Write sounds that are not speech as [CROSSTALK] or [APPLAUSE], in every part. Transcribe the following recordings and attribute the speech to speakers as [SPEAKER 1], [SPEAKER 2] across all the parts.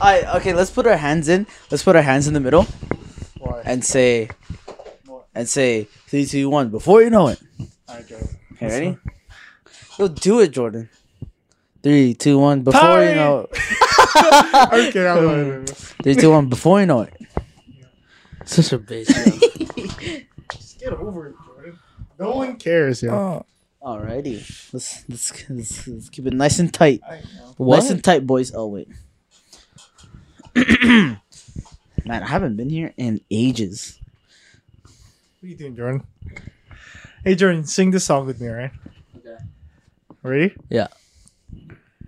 [SPEAKER 1] I okay. Let's put our hands in. Let's put our hands in the middle and say, and say three, two, one. Before you know it.
[SPEAKER 2] Alright, Joe.
[SPEAKER 1] Okay, ready? Yo, do it, Jordan. Three, two, one. Before you
[SPEAKER 2] Pirate!
[SPEAKER 1] know it.
[SPEAKER 2] Okay, I'm like,
[SPEAKER 1] Three, two,
[SPEAKER 3] [LAUGHS]
[SPEAKER 1] one. Before you know it.
[SPEAKER 3] Such a bitch. yo.
[SPEAKER 2] just get over it, Jordan. No one cares, yo.
[SPEAKER 3] Oh.
[SPEAKER 1] Alrighty. Let's let's let's, let's keep it nice and tight.
[SPEAKER 2] I know.
[SPEAKER 3] What?
[SPEAKER 1] Nice and tight, boys. Oh wait. [CLEARS THROAT] Man, I haven't been here in ages.
[SPEAKER 2] What are you doing, Jordan? Hey, Jordan, sing this song with me, alright?
[SPEAKER 3] Okay.
[SPEAKER 2] Ready?
[SPEAKER 1] Yeah.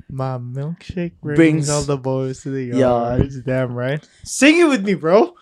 [SPEAKER 2] My milkshake brings,
[SPEAKER 1] Brings-
[SPEAKER 2] all the boys to the
[SPEAKER 1] Yard.
[SPEAKER 2] yard. Damn right. Sing it with me, bro.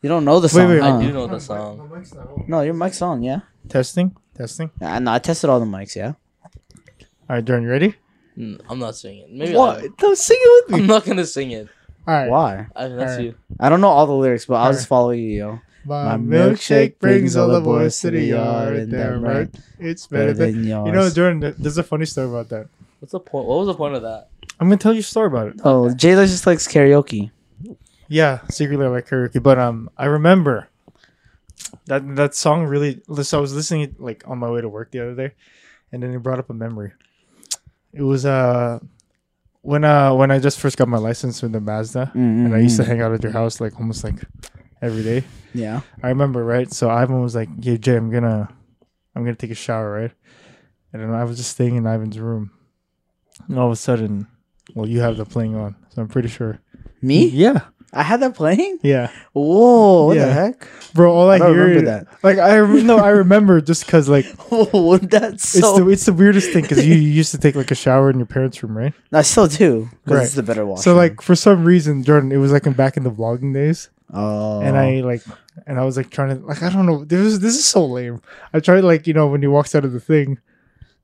[SPEAKER 1] You don't know the
[SPEAKER 2] Wait,
[SPEAKER 1] song.
[SPEAKER 2] wait,
[SPEAKER 1] huh?
[SPEAKER 3] I do know the song.
[SPEAKER 1] No, your mic's on, yeah.
[SPEAKER 2] Testing, testing.
[SPEAKER 1] I know. I tested all the mics, yeah.
[SPEAKER 2] All right, Jordan, you ready?
[SPEAKER 3] Mm, I'm not singing. Maybe I,
[SPEAKER 2] What? No, sing it with me.
[SPEAKER 3] I'm not gonna sing it.
[SPEAKER 2] All right.
[SPEAKER 1] Why?
[SPEAKER 3] I, that's
[SPEAKER 2] Alright.
[SPEAKER 3] you.
[SPEAKER 1] I don't know all the lyrics, but I'll just follow you, yo.
[SPEAKER 2] My milkshake brings all the boys to the yard. Damn right. It's better than.
[SPEAKER 1] yours.
[SPEAKER 2] You know, Jordan, th- there's a funny story about that.
[SPEAKER 3] What's the point? What was the point of that?
[SPEAKER 2] I'm gonna tell you a story about it.
[SPEAKER 1] oh, Jayla just likes karaoke.
[SPEAKER 2] Yeah, secretly I like karaoke, but um, I remember that that song really. So I was listening it, like on my way to work the other day, and then it brought up a memory. It was uh when uh when I just first got my license with the Mazda,
[SPEAKER 1] Mm-hmm.
[SPEAKER 2] and I used to hang out at your house like almost like every day.
[SPEAKER 1] Yeah.
[SPEAKER 2] I remember, right? So Ivan was like, "Yeah, Jay, I'm gonna, I'm gonna take a shower, right?" And then I was just staying in Ivan's room, and all of a sudden, well, you have the playing on, so I'm pretty sure.
[SPEAKER 1] Me?
[SPEAKER 2] Yeah,
[SPEAKER 1] I had that playing?
[SPEAKER 2] yeah,
[SPEAKER 1] Whoa, what the
[SPEAKER 2] Yeah.
[SPEAKER 1] heck? [LAUGHS]
[SPEAKER 2] bro. All I,
[SPEAKER 1] I don't
[SPEAKER 2] hear,
[SPEAKER 1] remember that.
[SPEAKER 2] like, I rem- no, I remember just
[SPEAKER 1] [LAUGHS]
[SPEAKER 2] because, like,
[SPEAKER 1] Oh, that's
[SPEAKER 2] it's
[SPEAKER 1] so.
[SPEAKER 2] the it's the weirdest thing because you, you used to take like a shower in your parents' room, right?
[SPEAKER 1] I still do. Because
[SPEAKER 2] Right.
[SPEAKER 1] it's the better watch.
[SPEAKER 2] So like for some reason, Jordan, it was like in back in the vlogging days,
[SPEAKER 1] oh.
[SPEAKER 2] and I like, and I was like trying to like I don't know. This is this is so lame. I tried like you know when he walks out of the thing,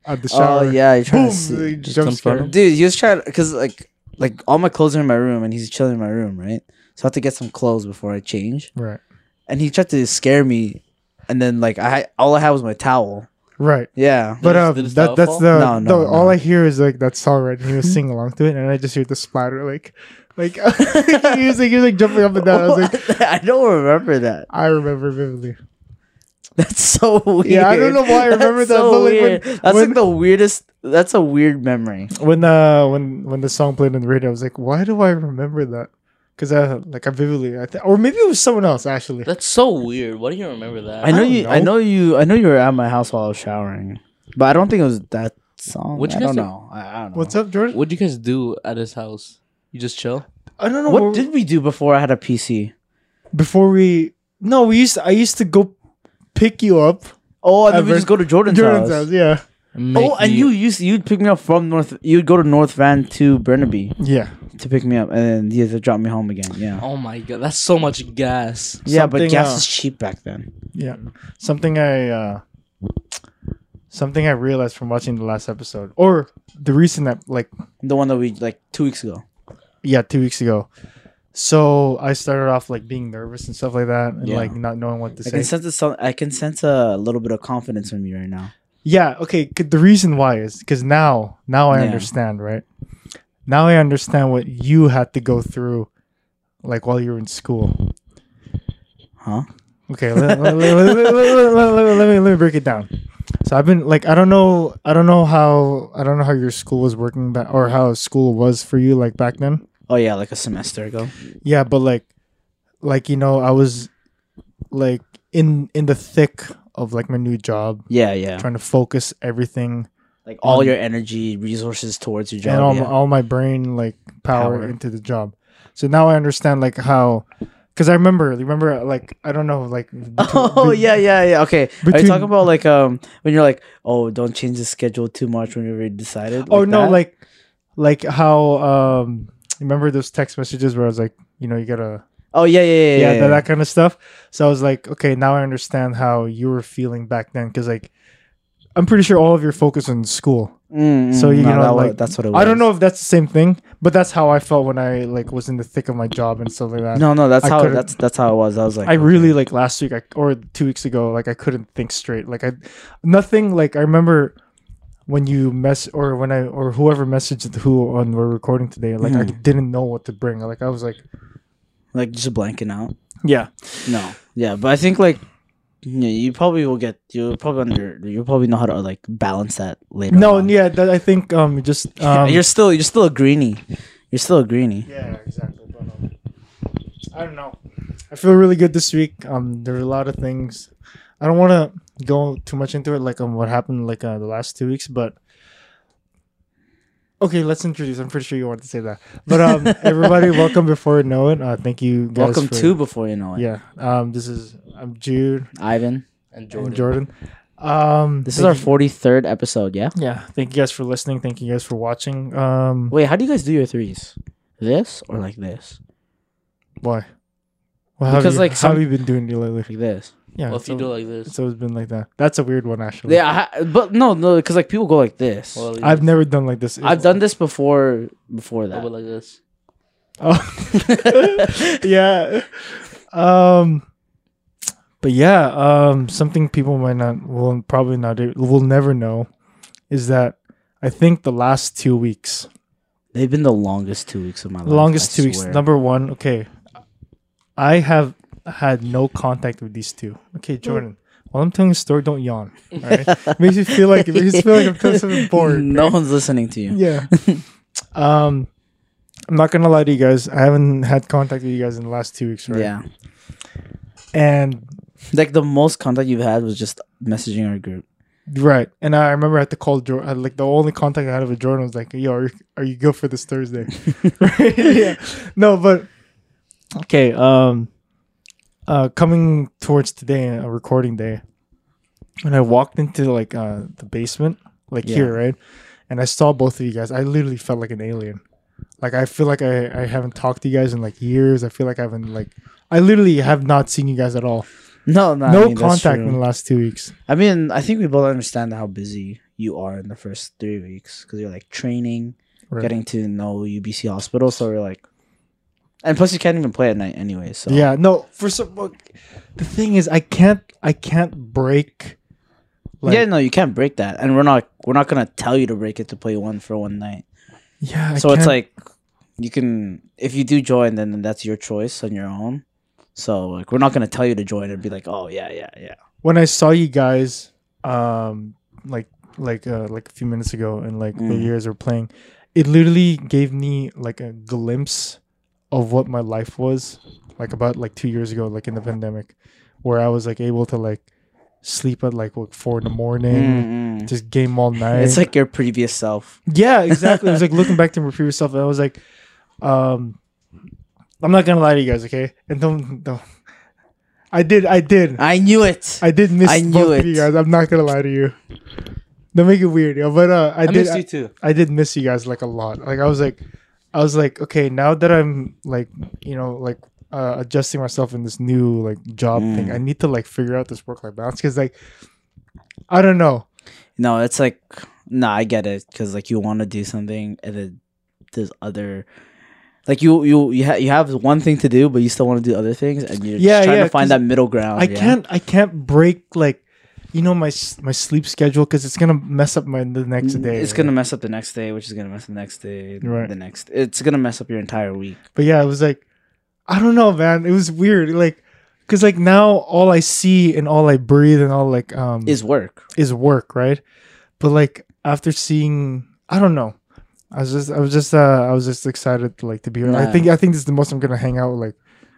[SPEAKER 2] out the shower.
[SPEAKER 1] Oh, yeah, you're trying
[SPEAKER 2] [LAUGHS] boom,
[SPEAKER 1] to see.
[SPEAKER 2] they jump
[SPEAKER 3] comes from
[SPEAKER 2] scare.
[SPEAKER 3] him.
[SPEAKER 1] Dude, he was trying because like like all my clothes are in my room and he's chilling in my room, right? So I have to get some clothes before I change.
[SPEAKER 2] Right,
[SPEAKER 1] And he tried to scare me, and then like I all I had was my towel.
[SPEAKER 2] right.
[SPEAKER 1] Yeah.
[SPEAKER 2] But
[SPEAKER 3] Did
[SPEAKER 2] um,
[SPEAKER 3] it- did it
[SPEAKER 2] that that's
[SPEAKER 3] fall?
[SPEAKER 2] the
[SPEAKER 1] No,
[SPEAKER 2] no,
[SPEAKER 1] no, no.
[SPEAKER 2] all I hear is like that song right, and he was singing along to it, and I just hear the splatter like, [LAUGHS] like he was like he was like jumping up and down.
[SPEAKER 1] [LAUGHS]
[SPEAKER 2] I was like,
[SPEAKER 1] I don't remember that.
[SPEAKER 2] I remember vividly.
[SPEAKER 1] [LAUGHS] That's so weird.
[SPEAKER 2] Yeah, I don't know why I remember
[SPEAKER 1] That's
[SPEAKER 2] that,
[SPEAKER 1] So
[SPEAKER 2] but, like, when-
[SPEAKER 1] weird. that's
[SPEAKER 2] when-
[SPEAKER 1] like the weirdest. That's a weird memory.
[SPEAKER 2] When uh when when the song played on the radio, I was like, why do I remember that? Because I like I vividly, I th- or maybe it was someone else actually.
[SPEAKER 3] That's so weird. Why do you remember that?
[SPEAKER 1] I know
[SPEAKER 2] don't
[SPEAKER 1] you. I
[SPEAKER 2] know.
[SPEAKER 1] know you. I know you were at my house while I was showering, but I don't think it was that song.
[SPEAKER 3] What'd you
[SPEAKER 1] I
[SPEAKER 3] guys
[SPEAKER 1] don't
[SPEAKER 3] do?
[SPEAKER 1] know. I, I don't know.
[SPEAKER 2] What's up, Jordan?
[SPEAKER 3] What'd you guys do at his house? You just chill.
[SPEAKER 2] I don't know.
[SPEAKER 1] What
[SPEAKER 2] What
[SPEAKER 1] did we do before I had a PC?
[SPEAKER 2] before we? No, we used. I used to go pick you up.
[SPEAKER 1] Oh, and
[SPEAKER 2] At
[SPEAKER 1] then we
[SPEAKER 2] Ver-
[SPEAKER 1] just go to Jordan's,
[SPEAKER 2] Jordan's
[SPEAKER 1] house.
[SPEAKER 2] house, yeah,
[SPEAKER 1] Oh, and you used you'd pick me up from North. You'd go to North Van to Burnaby
[SPEAKER 2] yeah.
[SPEAKER 1] to pick me up, and then you had to drop me home again. Yeah.
[SPEAKER 3] Oh my god, that's so much gas.
[SPEAKER 1] yeah, but
[SPEAKER 2] something,
[SPEAKER 1] gas
[SPEAKER 2] uh,
[SPEAKER 1] is cheap back then.
[SPEAKER 2] Yeah. Something I uh something I realized from watching the last episode or the recent ep- like
[SPEAKER 1] The one that we like two weeks ago.
[SPEAKER 2] yeah, 2 weeks ago. So I started off like being nervous and stuff like that and
[SPEAKER 1] Yeah.
[SPEAKER 2] like not knowing what to
[SPEAKER 1] I
[SPEAKER 2] say.
[SPEAKER 1] can sense a, so- I can sense a little bit of confidence in me right now.
[SPEAKER 2] yeah, okay, c- the reason why is cuz now now I
[SPEAKER 1] Yeah.
[SPEAKER 2] understand, right? Now I understand what you had to go through like while you were in school.
[SPEAKER 1] Huh?
[SPEAKER 2] Okay, let, let- let- let- let- let- let- let- let me let me break it down. So I've been like I don't know I don't know how I don't know how your school was working back or how school was for you like back then.
[SPEAKER 1] Oh yeah, like a semester ago.
[SPEAKER 2] Yeah, but like like you know I was like in in the thick of like my new job,
[SPEAKER 1] Yeah, yeah.
[SPEAKER 2] trying to focus everything
[SPEAKER 1] Like all
[SPEAKER 2] Um,
[SPEAKER 1] your energy, resources towards your
[SPEAKER 2] and
[SPEAKER 1] job.
[SPEAKER 2] all
[SPEAKER 1] yeah.
[SPEAKER 2] my,
[SPEAKER 1] [LAUGHS]
[SPEAKER 2] all my brain like power,
[SPEAKER 1] Power.
[SPEAKER 2] into the job. So now I understand like how because I remember remember like I don't know
[SPEAKER 1] [LAUGHS]
[SPEAKER 2] like
[SPEAKER 1] Oh
[SPEAKER 2] [LAUGHS] between-
[SPEAKER 1] yeah, yeah, yeah. Okay, are you
[SPEAKER 2] between-
[SPEAKER 1] talking about like um when you're like, oh, don't change the schedule too much when you're already decided?
[SPEAKER 2] oh no
[SPEAKER 1] that?
[SPEAKER 2] like like how um remember those text messages where i was like you know you gotta
[SPEAKER 1] oh yeah, yeah, yeah,
[SPEAKER 2] yeah,
[SPEAKER 1] yeah.
[SPEAKER 2] that- that kind of stuff so i was like okay now i understand how you were feeling back then because like i'm pretty sure all of your focus on school
[SPEAKER 1] Mm,
[SPEAKER 2] so
[SPEAKER 1] mm,
[SPEAKER 2] you
[SPEAKER 1] no,
[SPEAKER 2] know
[SPEAKER 1] that wa-
[SPEAKER 2] like
[SPEAKER 1] that's what it was.
[SPEAKER 2] i don't know if that's the same thing but that's how i felt when i like was in the thick of my job and stuff like that
[SPEAKER 1] No, no, that's
[SPEAKER 2] I
[SPEAKER 1] how
[SPEAKER 2] couldn't-
[SPEAKER 1] that's that's how it was. I was like,
[SPEAKER 2] I really like last week I, or two weeks ago, like I couldn't think straight. Like I, nothing. Like I remember, when you mess or when I or whoever messaged who on we're recording today, like I
[SPEAKER 1] Mm-hmm.
[SPEAKER 2] didn't know what to bring. Like I was like,
[SPEAKER 1] Like just blanking out.
[SPEAKER 2] yeah,
[SPEAKER 1] No. Yeah, but I think like yeah, you probably will get you probably under you'll probably know how to like balance that later.
[SPEAKER 2] no,
[SPEAKER 1] on.
[SPEAKER 2] yeah. That, I think um just
[SPEAKER 1] [LAUGHS]
[SPEAKER 2] um
[SPEAKER 1] you're still you're still a greenie. You're still a greenie.
[SPEAKER 2] yeah exactly. But, um, I don't know. I feel really good this week. Um, there are a lot of things. I don't want to go too much into it, like um what happened like uh, the last two weeks, but. Okay, let's introduce. I'm pretty sure you want to say that, but [LAUGHS] um, everybody, welcome. Before you know it, uh, thank you. Guys
[SPEAKER 1] Welcome
[SPEAKER 2] for-
[SPEAKER 1] to before you know it.
[SPEAKER 2] Yeah. Um, this is I'm Jude
[SPEAKER 1] Ivan.
[SPEAKER 3] And Jordan.
[SPEAKER 2] Jordan. and Jordan. Um,
[SPEAKER 1] This
[SPEAKER 2] thank
[SPEAKER 1] is our forty third episode, yeah?
[SPEAKER 2] you- yeah. Thank you guys for listening. Thank you guys for watching. Um,
[SPEAKER 1] Wait, how do you guys do your threes? This or like this?
[SPEAKER 2] why? Well, how have
[SPEAKER 1] Because,
[SPEAKER 2] you,
[SPEAKER 1] like,
[SPEAKER 2] how
[SPEAKER 1] some-
[SPEAKER 2] have you been doing it lately?
[SPEAKER 1] Like this.
[SPEAKER 2] Yeah.
[SPEAKER 3] Well, if you do like this,
[SPEAKER 2] it's always been like that. That's a weird one, actually.
[SPEAKER 1] Yeah, I, but no, no, because like people go like this.
[SPEAKER 3] well,
[SPEAKER 2] I've never done like this.
[SPEAKER 1] I've done this before. Before
[SPEAKER 3] I
[SPEAKER 1] that,
[SPEAKER 3] would like this.
[SPEAKER 2] Oh. [LAUGHS] yeah. Um. But yeah, um, something people might not will probably not do, will never know is that I think the last two weeks
[SPEAKER 1] [LAUGHS] they've been the longest two weeks of my life.
[SPEAKER 2] longest
[SPEAKER 1] I
[SPEAKER 2] two weeks.
[SPEAKER 1] swear.
[SPEAKER 2] Number one, okay. I have had no contact with these two. Okay, Jordan.
[SPEAKER 1] Mm.
[SPEAKER 2] While I'm telling a story, don't yawn. All
[SPEAKER 1] [LAUGHS]
[SPEAKER 2] right? makes you feel like it makes you feel like I'm telling something boring.
[SPEAKER 1] No one's listening to you.
[SPEAKER 2] Yeah. [LAUGHS] um, I'm not gonna lie to you guys. I haven't had contact with you guys in the last two weeks, right?
[SPEAKER 1] Yeah,
[SPEAKER 2] And
[SPEAKER 1] like the most contact you've had was just messaging our group.
[SPEAKER 2] right, and I remember I had to call Jordan. Like the only contact I had with Jordan was like, "Yo, are you, are you good for
[SPEAKER 1] [LAUGHS]
[SPEAKER 2] this Thursday?" [LAUGHS] right? Yeah. No, but okay. Um, uh, coming towards today, a recording day, and I walked into like uh the basement, like
[SPEAKER 1] Yeah.
[SPEAKER 2] here, right, and I saw both of you guys. I literally felt like an alien. Like I feel like I I haven't talked to you guys in like years. I feel like I haven't like. I literally have not seen you guys at all.
[SPEAKER 1] No, no,
[SPEAKER 2] no
[SPEAKER 1] I mean, that's
[SPEAKER 2] contact in
[SPEAKER 1] true.
[SPEAKER 2] the last two weeks.
[SPEAKER 1] I mean, I think we both understand how busy you are in the first three weeks because you're like training,
[SPEAKER 2] Right.
[SPEAKER 1] getting to know UBC Hospital. So we're like, and plus you can't even play at night anyway. So
[SPEAKER 2] Yeah, no. For some, look, the thing is, I can't, I can't break. Like,
[SPEAKER 1] yeah, no, you can't break that, and we're not we're not gonna tell you to break it to play one for one night.
[SPEAKER 2] yeah. I
[SPEAKER 1] so it's
[SPEAKER 2] can't-
[SPEAKER 1] like you can if you do join, then that's your choice on your own. So like we're not gonna tell you to join and be like, oh yeah, yeah, yeah.
[SPEAKER 2] when I saw you guys, um, like, like, uh, like a few minutes ago, and like the
[SPEAKER 1] Mm.
[SPEAKER 2] years were playing, it literally gave me like a glimpse of what my life was like about like two years ago, like in the pandemic, where I was like able to like sleep at like what, four in the morning,
[SPEAKER 1] Mm-mm.
[SPEAKER 2] just game all night.
[SPEAKER 1] It's like your previous self.
[SPEAKER 2] Yeah, exactly. I
[SPEAKER 1] [LAUGHS]
[SPEAKER 2] was like looking back to my previous self, and I was like, um, I'm not gonna lie to you guys, okay? And don't don't. I did, I did,
[SPEAKER 1] I knew it.
[SPEAKER 2] I did miss
[SPEAKER 1] I knew
[SPEAKER 2] both of you
[SPEAKER 1] it.
[SPEAKER 2] guys. I'm not gonna lie to you. Don't make it weird, yo. But uh, I,
[SPEAKER 3] I,
[SPEAKER 2] did,
[SPEAKER 3] missed you
[SPEAKER 2] I,
[SPEAKER 3] too.
[SPEAKER 2] I did miss you guys like a lot. Like I was like, I was like, okay, now that I'm like, you know, like uh, adjusting myself in this new like job thing,
[SPEAKER 1] Mm.
[SPEAKER 2] I need to like figure out this work life balance because like, I don't know.
[SPEAKER 1] No, it's like no, I get it because like you want to do something and then there's other. Like you, you, you, ha- you have one thing to do, but you still want to do other things, and you're
[SPEAKER 2] Yeah,
[SPEAKER 1] just trying
[SPEAKER 2] yeah,
[SPEAKER 1] to find
[SPEAKER 2] 'cause
[SPEAKER 1] that middle ground.
[SPEAKER 2] I
[SPEAKER 1] Oh, yeah?
[SPEAKER 2] can't I can't break like you know my s- my sleep schedule because it's gonna mess up my the next day.
[SPEAKER 1] Mm, It's gonna mess up the next day, which is gonna mess up the next day.
[SPEAKER 2] Right.
[SPEAKER 1] The next, it's gonna mess up your entire week.
[SPEAKER 2] But yeah, it was like I don't know, man. It was weird, like because like now all I see and all I breathe and all like um
[SPEAKER 1] Is work.
[SPEAKER 2] is work, right? But like after seeing, I don't know. I was just I was just uh I was just excited like to be here. I
[SPEAKER 1] Nah.
[SPEAKER 2] think I think this is the most I'm gonna hang out like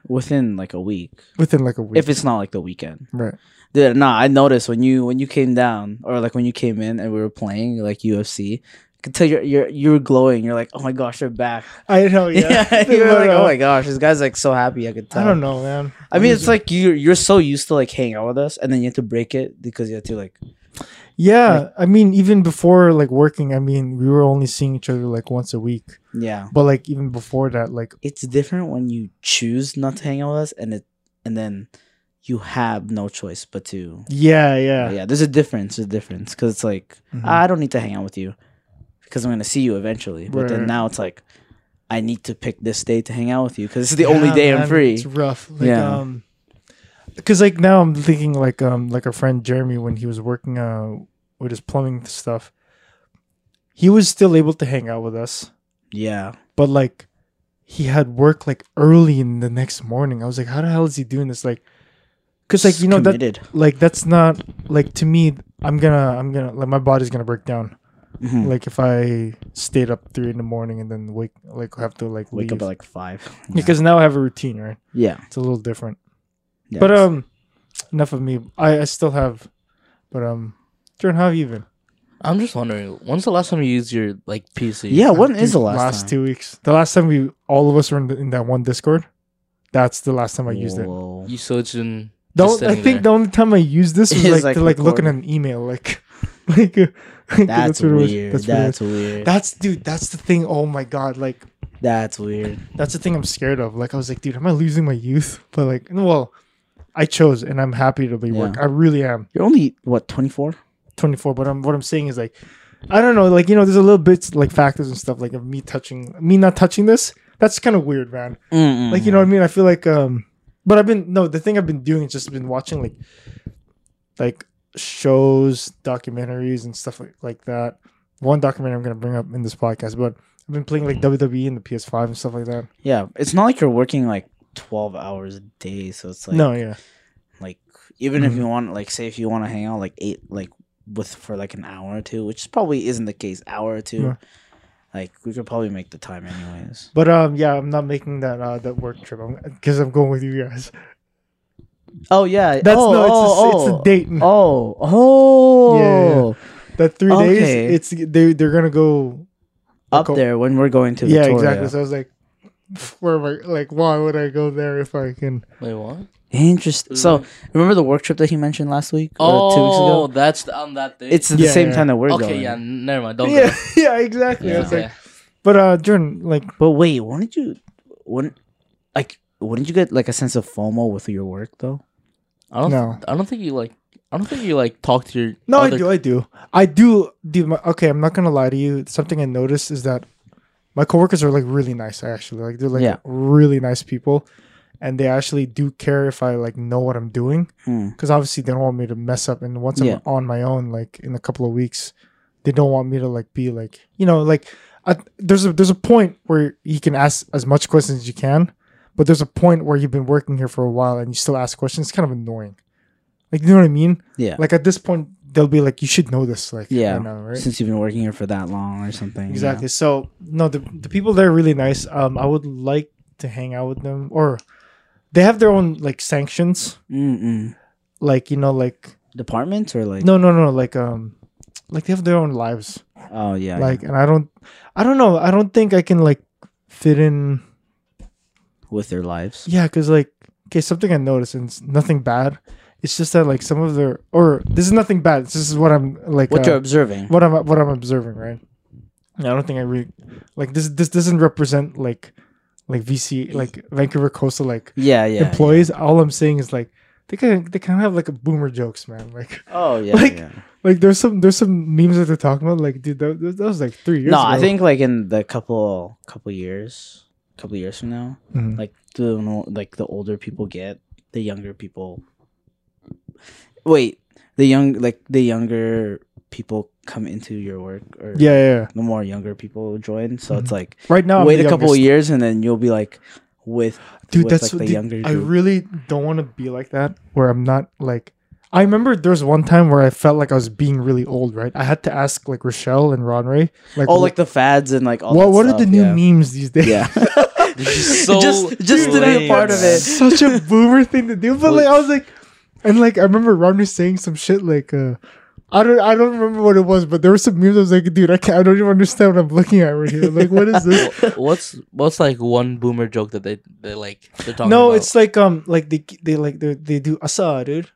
[SPEAKER 1] within like a week,
[SPEAKER 2] within like a week.
[SPEAKER 1] if it's not like the weekend.
[SPEAKER 2] right.
[SPEAKER 1] Dude, nah, I noticed when you when you came down or like when you came in and we were playing like UFC. I could tell you're you're you were glowing. You're like, oh my gosh, you're back.
[SPEAKER 2] I know, [LAUGHS] yeah.
[SPEAKER 1] [LAUGHS] Yeah, you were
[SPEAKER 2] But,
[SPEAKER 1] like,
[SPEAKER 2] uh,
[SPEAKER 1] oh my gosh, this guy's like so happy. I could tell.
[SPEAKER 2] I don't know, man.
[SPEAKER 1] I mean, it's like you you're so used to like hanging out with us, and then you have to break it because you have to like.
[SPEAKER 2] Yeah, I mean, even before like working, I mean, we were only seeing each other like once a week.
[SPEAKER 1] Yeah,
[SPEAKER 2] But like even before that, like
[SPEAKER 1] it's different when you choose not to hang out with us, and it and then you have no choice but to.
[SPEAKER 2] yeah, yeah,
[SPEAKER 1] Yeah, there's a difference. There's a difference because it's like
[SPEAKER 2] Mhm.
[SPEAKER 1] I don't need to hang out with you because I'm gonna see you eventually. But
[SPEAKER 2] Right.
[SPEAKER 1] then now it's like I need to pick this day to hang out with you because it's the only day I'm free.
[SPEAKER 2] It's rough. Like,
[SPEAKER 1] Yeah.
[SPEAKER 2] Um, because like now I'm thinking like um like our friend Jeremy when he was working uh with his plumbing stuff, he was still able to hang out with us,
[SPEAKER 1] Yeah.
[SPEAKER 2] but like he had work like early in the next morning. I was like, how the hell is he doing this? Like, because like you know that
[SPEAKER 1] Committed.
[SPEAKER 2] like that's not like to me. I'm gonna I'm gonna like my body's gonna break down.
[SPEAKER 1] Mhm.
[SPEAKER 2] Like if I stayed up three in the morning and then wake like have to like
[SPEAKER 1] Wake up
[SPEAKER 2] leave.
[SPEAKER 1] at like five.
[SPEAKER 2] because now I have a routine, right?
[SPEAKER 1] yeah.
[SPEAKER 2] It's a little different.
[SPEAKER 1] yeah.
[SPEAKER 2] But um, enough of me. I, I still have, but um, Jordan, how have you been?
[SPEAKER 3] I'm just wondering, when's the last time you used your like PC?
[SPEAKER 1] yeah.
[SPEAKER 2] I
[SPEAKER 1] Oh, When is
[SPEAKER 2] think
[SPEAKER 1] the last, time?
[SPEAKER 2] two weeks? The last time we all of us were in, the, in that one Discord. That's the last time I used it.
[SPEAKER 1] Whoa.
[SPEAKER 3] You so it's in.
[SPEAKER 2] The
[SPEAKER 3] just
[SPEAKER 2] on- I
[SPEAKER 3] sitting
[SPEAKER 2] think the only time I used
[SPEAKER 1] [LAUGHS]
[SPEAKER 2] this was
[SPEAKER 1] Is,
[SPEAKER 2] like,
[SPEAKER 1] like,
[SPEAKER 2] to like look at an email, like [LAUGHS] like. uh, like,
[SPEAKER 1] That's,
[SPEAKER 2] what it was.
[SPEAKER 1] weird.
[SPEAKER 2] That's,
[SPEAKER 1] That's,
[SPEAKER 2] what it was.
[SPEAKER 1] weird.
[SPEAKER 2] That's dude. That's the thing. Oh my god! Like
[SPEAKER 1] That's weird.
[SPEAKER 2] that's the thing I'm scared of. Like I was like, dude, am I losing my youth? [LAUGHS] But like, well, I chose, and I'm happy to be
[SPEAKER 1] Yeah.
[SPEAKER 2] work. I really am.
[SPEAKER 1] You're only what twenty four?
[SPEAKER 2] 24 but I'm, what i'm saying is like i don't know like you know there's a little bit like factors and stuff like of me touching me not touching this that's kind of weird man like you know what
[SPEAKER 1] Mm-hmm.
[SPEAKER 2] i mean i feel like um but i've been no the thing i've been doing is just been watching like like shows documentaries and stuff like, like that one documentary i'm gonna bring up in this podcast but i've been playing
[SPEAKER 1] Mm-hmm.
[SPEAKER 2] like wwe and the ps5 and stuff like that
[SPEAKER 1] Yeah, it's not like you're working like twelve hours a day, so it's like
[SPEAKER 2] no yeah
[SPEAKER 1] like even if
[SPEAKER 2] Mhm.
[SPEAKER 1] you want like say if you want to hang out like eight like with for like an hour or two, which probably isn't the case, hour or two.
[SPEAKER 2] Yeah.
[SPEAKER 1] Like we could probably make the time anyways.
[SPEAKER 2] but um yeah i'm not making that uh that work trip because I'm, going with you guys
[SPEAKER 1] [LAUGHS]
[SPEAKER 2] [LAUGHS]
[SPEAKER 1] Oh yeah,
[SPEAKER 2] that's
[SPEAKER 1] oh,
[SPEAKER 2] no it's,
[SPEAKER 1] oh,
[SPEAKER 2] a,
[SPEAKER 1] oh.
[SPEAKER 2] it's a date
[SPEAKER 1] Oh, oh,
[SPEAKER 2] Yeah, That three
[SPEAKER 1] Okay.
[SPEAKER 2] days, it's they they're gonna go
[SPEAKER 1] up
[SPEAKER 2] go-
[SPEAKER 1] there when we're going to
[SPEAKER 2] oh. yeah,
[SPEAKER 1] Victoria.
[SPEAKER 2] exactly. So I was like, where am I? Like, why would I go there if I can?
[SPEAKER 3] Wait, what?
[SPEAKER 1] Interesting. So
[SPEAKER 2] Mm-hmm.
[SPEAKER 1] remember the work trip that he mentioned last week or
[SPEAKER 3] Oh,
[SPEAKER 1] two weeks ago?
[SPEAKER 3] that's the, on that thing.
[SPEAKER 1] It's the
[SPEAKER 2] Yeah,
[SPEAKER 1] same
[SPEAKER 2] yeah.
[SPEAKER 1] time that we're
[SPEAKER 3] okay.
[SPEAKER 1] going.
[SPEAKER 3] Yeah, n- never mind.
[SPEAKER 2] [LAUGHS]
[SPEAKER 3] Don't
[SPEAKER 2] yeah,
[SPEAKER 3] go.
[SPEAKER 2] [LAUGHS] yeah, exactly. I
[SPEAKER 1] Yeah.
[SPEAKER 2] was like, but uh, Jordan, like,
[SPEAKER 1] But wait, wouldn't you, wouldn't, like, wouldn't you get like a sense of FOMO with your work though?
[SPEAKER 3] I don't.
[SPEAKER 2] No.
[SPEAKER 3] I don't think you like. I don't think you like talk to your.
[SPEAKER 2] no,
[SPEAKER 3] other-
[SPEAKER 2] I do, I do, I do, do. My, okay, I'm not gonna lie to you. Something I noticed is that my coworkers are like really nice. Actually, like they're like
[SPEAKER 1] Yeah.
[SPEAKER 2] really nice people, and they actually do care if I like know what I'm doing.
[SPEAKER 1] Hmm.
[SPEAKER 2] because obviously they don't want me to mess up. And once
[SPEAKER 1] Yeah.
[SPEAKER 2] I'm on my own, like in a couple of weeks, they don't want me to like be like you know like I, there's a there's a point where you can ask as much questions as you can, but there's a point where you've been working here for a while and you still ask questions. It's kind of annoying. Like you know what I mean?
[SPEAKER 1] Yeah.
[SPEAKER 2] Like at this point, they'll be like, you should know this. Like
[SPEAKER 1] Yeah.
[SPEAKER 2] right now, right?
[SPEAKER 1] Since you've been working here for that long or something. yeah.
[SPEAKER 2] Exactly. So no, the the people there are really nice. Um, I would like to hang out with them, or they have their own like sanctions.
[SPEAKER 1] Mm-mm.
[SPEAKER 2] Like you know, like
[SPEAKER 1] Departments or like?
[SPEAKER 2] no no no like um like they have their own lives
[SPEAKER 1] Oh yeah. Like
[SPEAKER 2] like and i don't i don't know i don't think i can like fit in
[SPEAKER 1] with their lives.
[SPEAKER 2] yeah because like okay something i noticed and it's nothing bad it's just that like some of their or this is nothing bad this is what i'm like
[SPEAKER 1] What
[SPEAKER 2] uh,
[SPEAKER 1] you're observing.
[SPEAKER 2] what i'm what i'm observing right i don't think i really like this this doesn't represent like like vc like vancouver coastal like
[SPEAKER 1] Yeah, yeah.
[SPEAKER 2] employees all i'm saying is like they can they kind of have like a boomer jokes man [LAUGHS] like
[SPEAKER 1] Oh yeah.
[SPEAKER 2] Like,
[SPEAKER 1] yeah.
[SPEAKER 2] like there's some there's some memes that they're talking about like dude that, that was like three years
[SPEAKER 1] No,
[SPEAKER 2] ago
[SPEAKER 1] I think like in the couple couple years, couple years from now,
[SPEAKER 2] Mhm.
[SPEAKER 1] like the like the older people get, the younger people. Wait, the young like the younger people come into your work, or
[SPEAKER 2] Yeah, yeah, yeah.
[SPEAKER 1] the more younger people join. So it's like
[SPEAKER 2] Right now, I'm
[SPEAKER 1] wait a
[SPEAKER 2] the
[SPEAKER 1] couple
[SPEAKER 2] youngest.
[SPEAKER 1] of years, and then you'll be like with
[SPEAKER 2] Dude,
[SPEAKER 1] with,
[SPEAKER 2] that's
[SPEAKER 1] like, the
[SPEAKER 2] what- dude,
[SPEAKER 1] younger.
[SPEAKER 2] I
[SPEAKER 1] group.
[SPEAKER 2] really don't want to be like that. Where I'm not like. I remember there was one time where I felt like I was being really old. Right, I had to ask like Rochelle and Ron Ray, like,
[SPEAKER 1] oh
[SPEAKER 2] wh-
[SPEAKER 1] like the fads and like all.
[SPEAKER 2] what
[SPEAKER 1] that
[SPEAKER 2] what are
[SPEAKER 1] stuff,
[SPEAKER 2] the new
[SPEAKER 1] yeah.
[SPEAKER 2] memes these
[SPEAKER 1] [LAUGHS]
[SPEAKER 2] days? [LAUGHS]
[SPEAKER 1] Yeah.
[SPEAKER 3] So
[SPEAKER 1] just just to be a
[SPEAKER 3] lame,
[SPEAKER 1] part of [LAUGHS] it.
[SPEAKER 2] Such a boomer thing to do. But like, I was like, and like, I remember Ron was saying some shit like, uh, I don't, I don't remember what it was, but there were some memes. I was like, dude, I can't, I don't even understand what I'm looking at right here. Like, what is
[SPEAKER 1] [LAUGHS]
[SPEAKER 2] this?
[SPEAKER 3] Wha- [LAUGHS] What's what's like one boomer joke that they they like they're talking
[SPEAKER 2] no,
[SPEAKER 3] about?
[SPEAKER 2] it's like um, like they they like they they do asa, dude.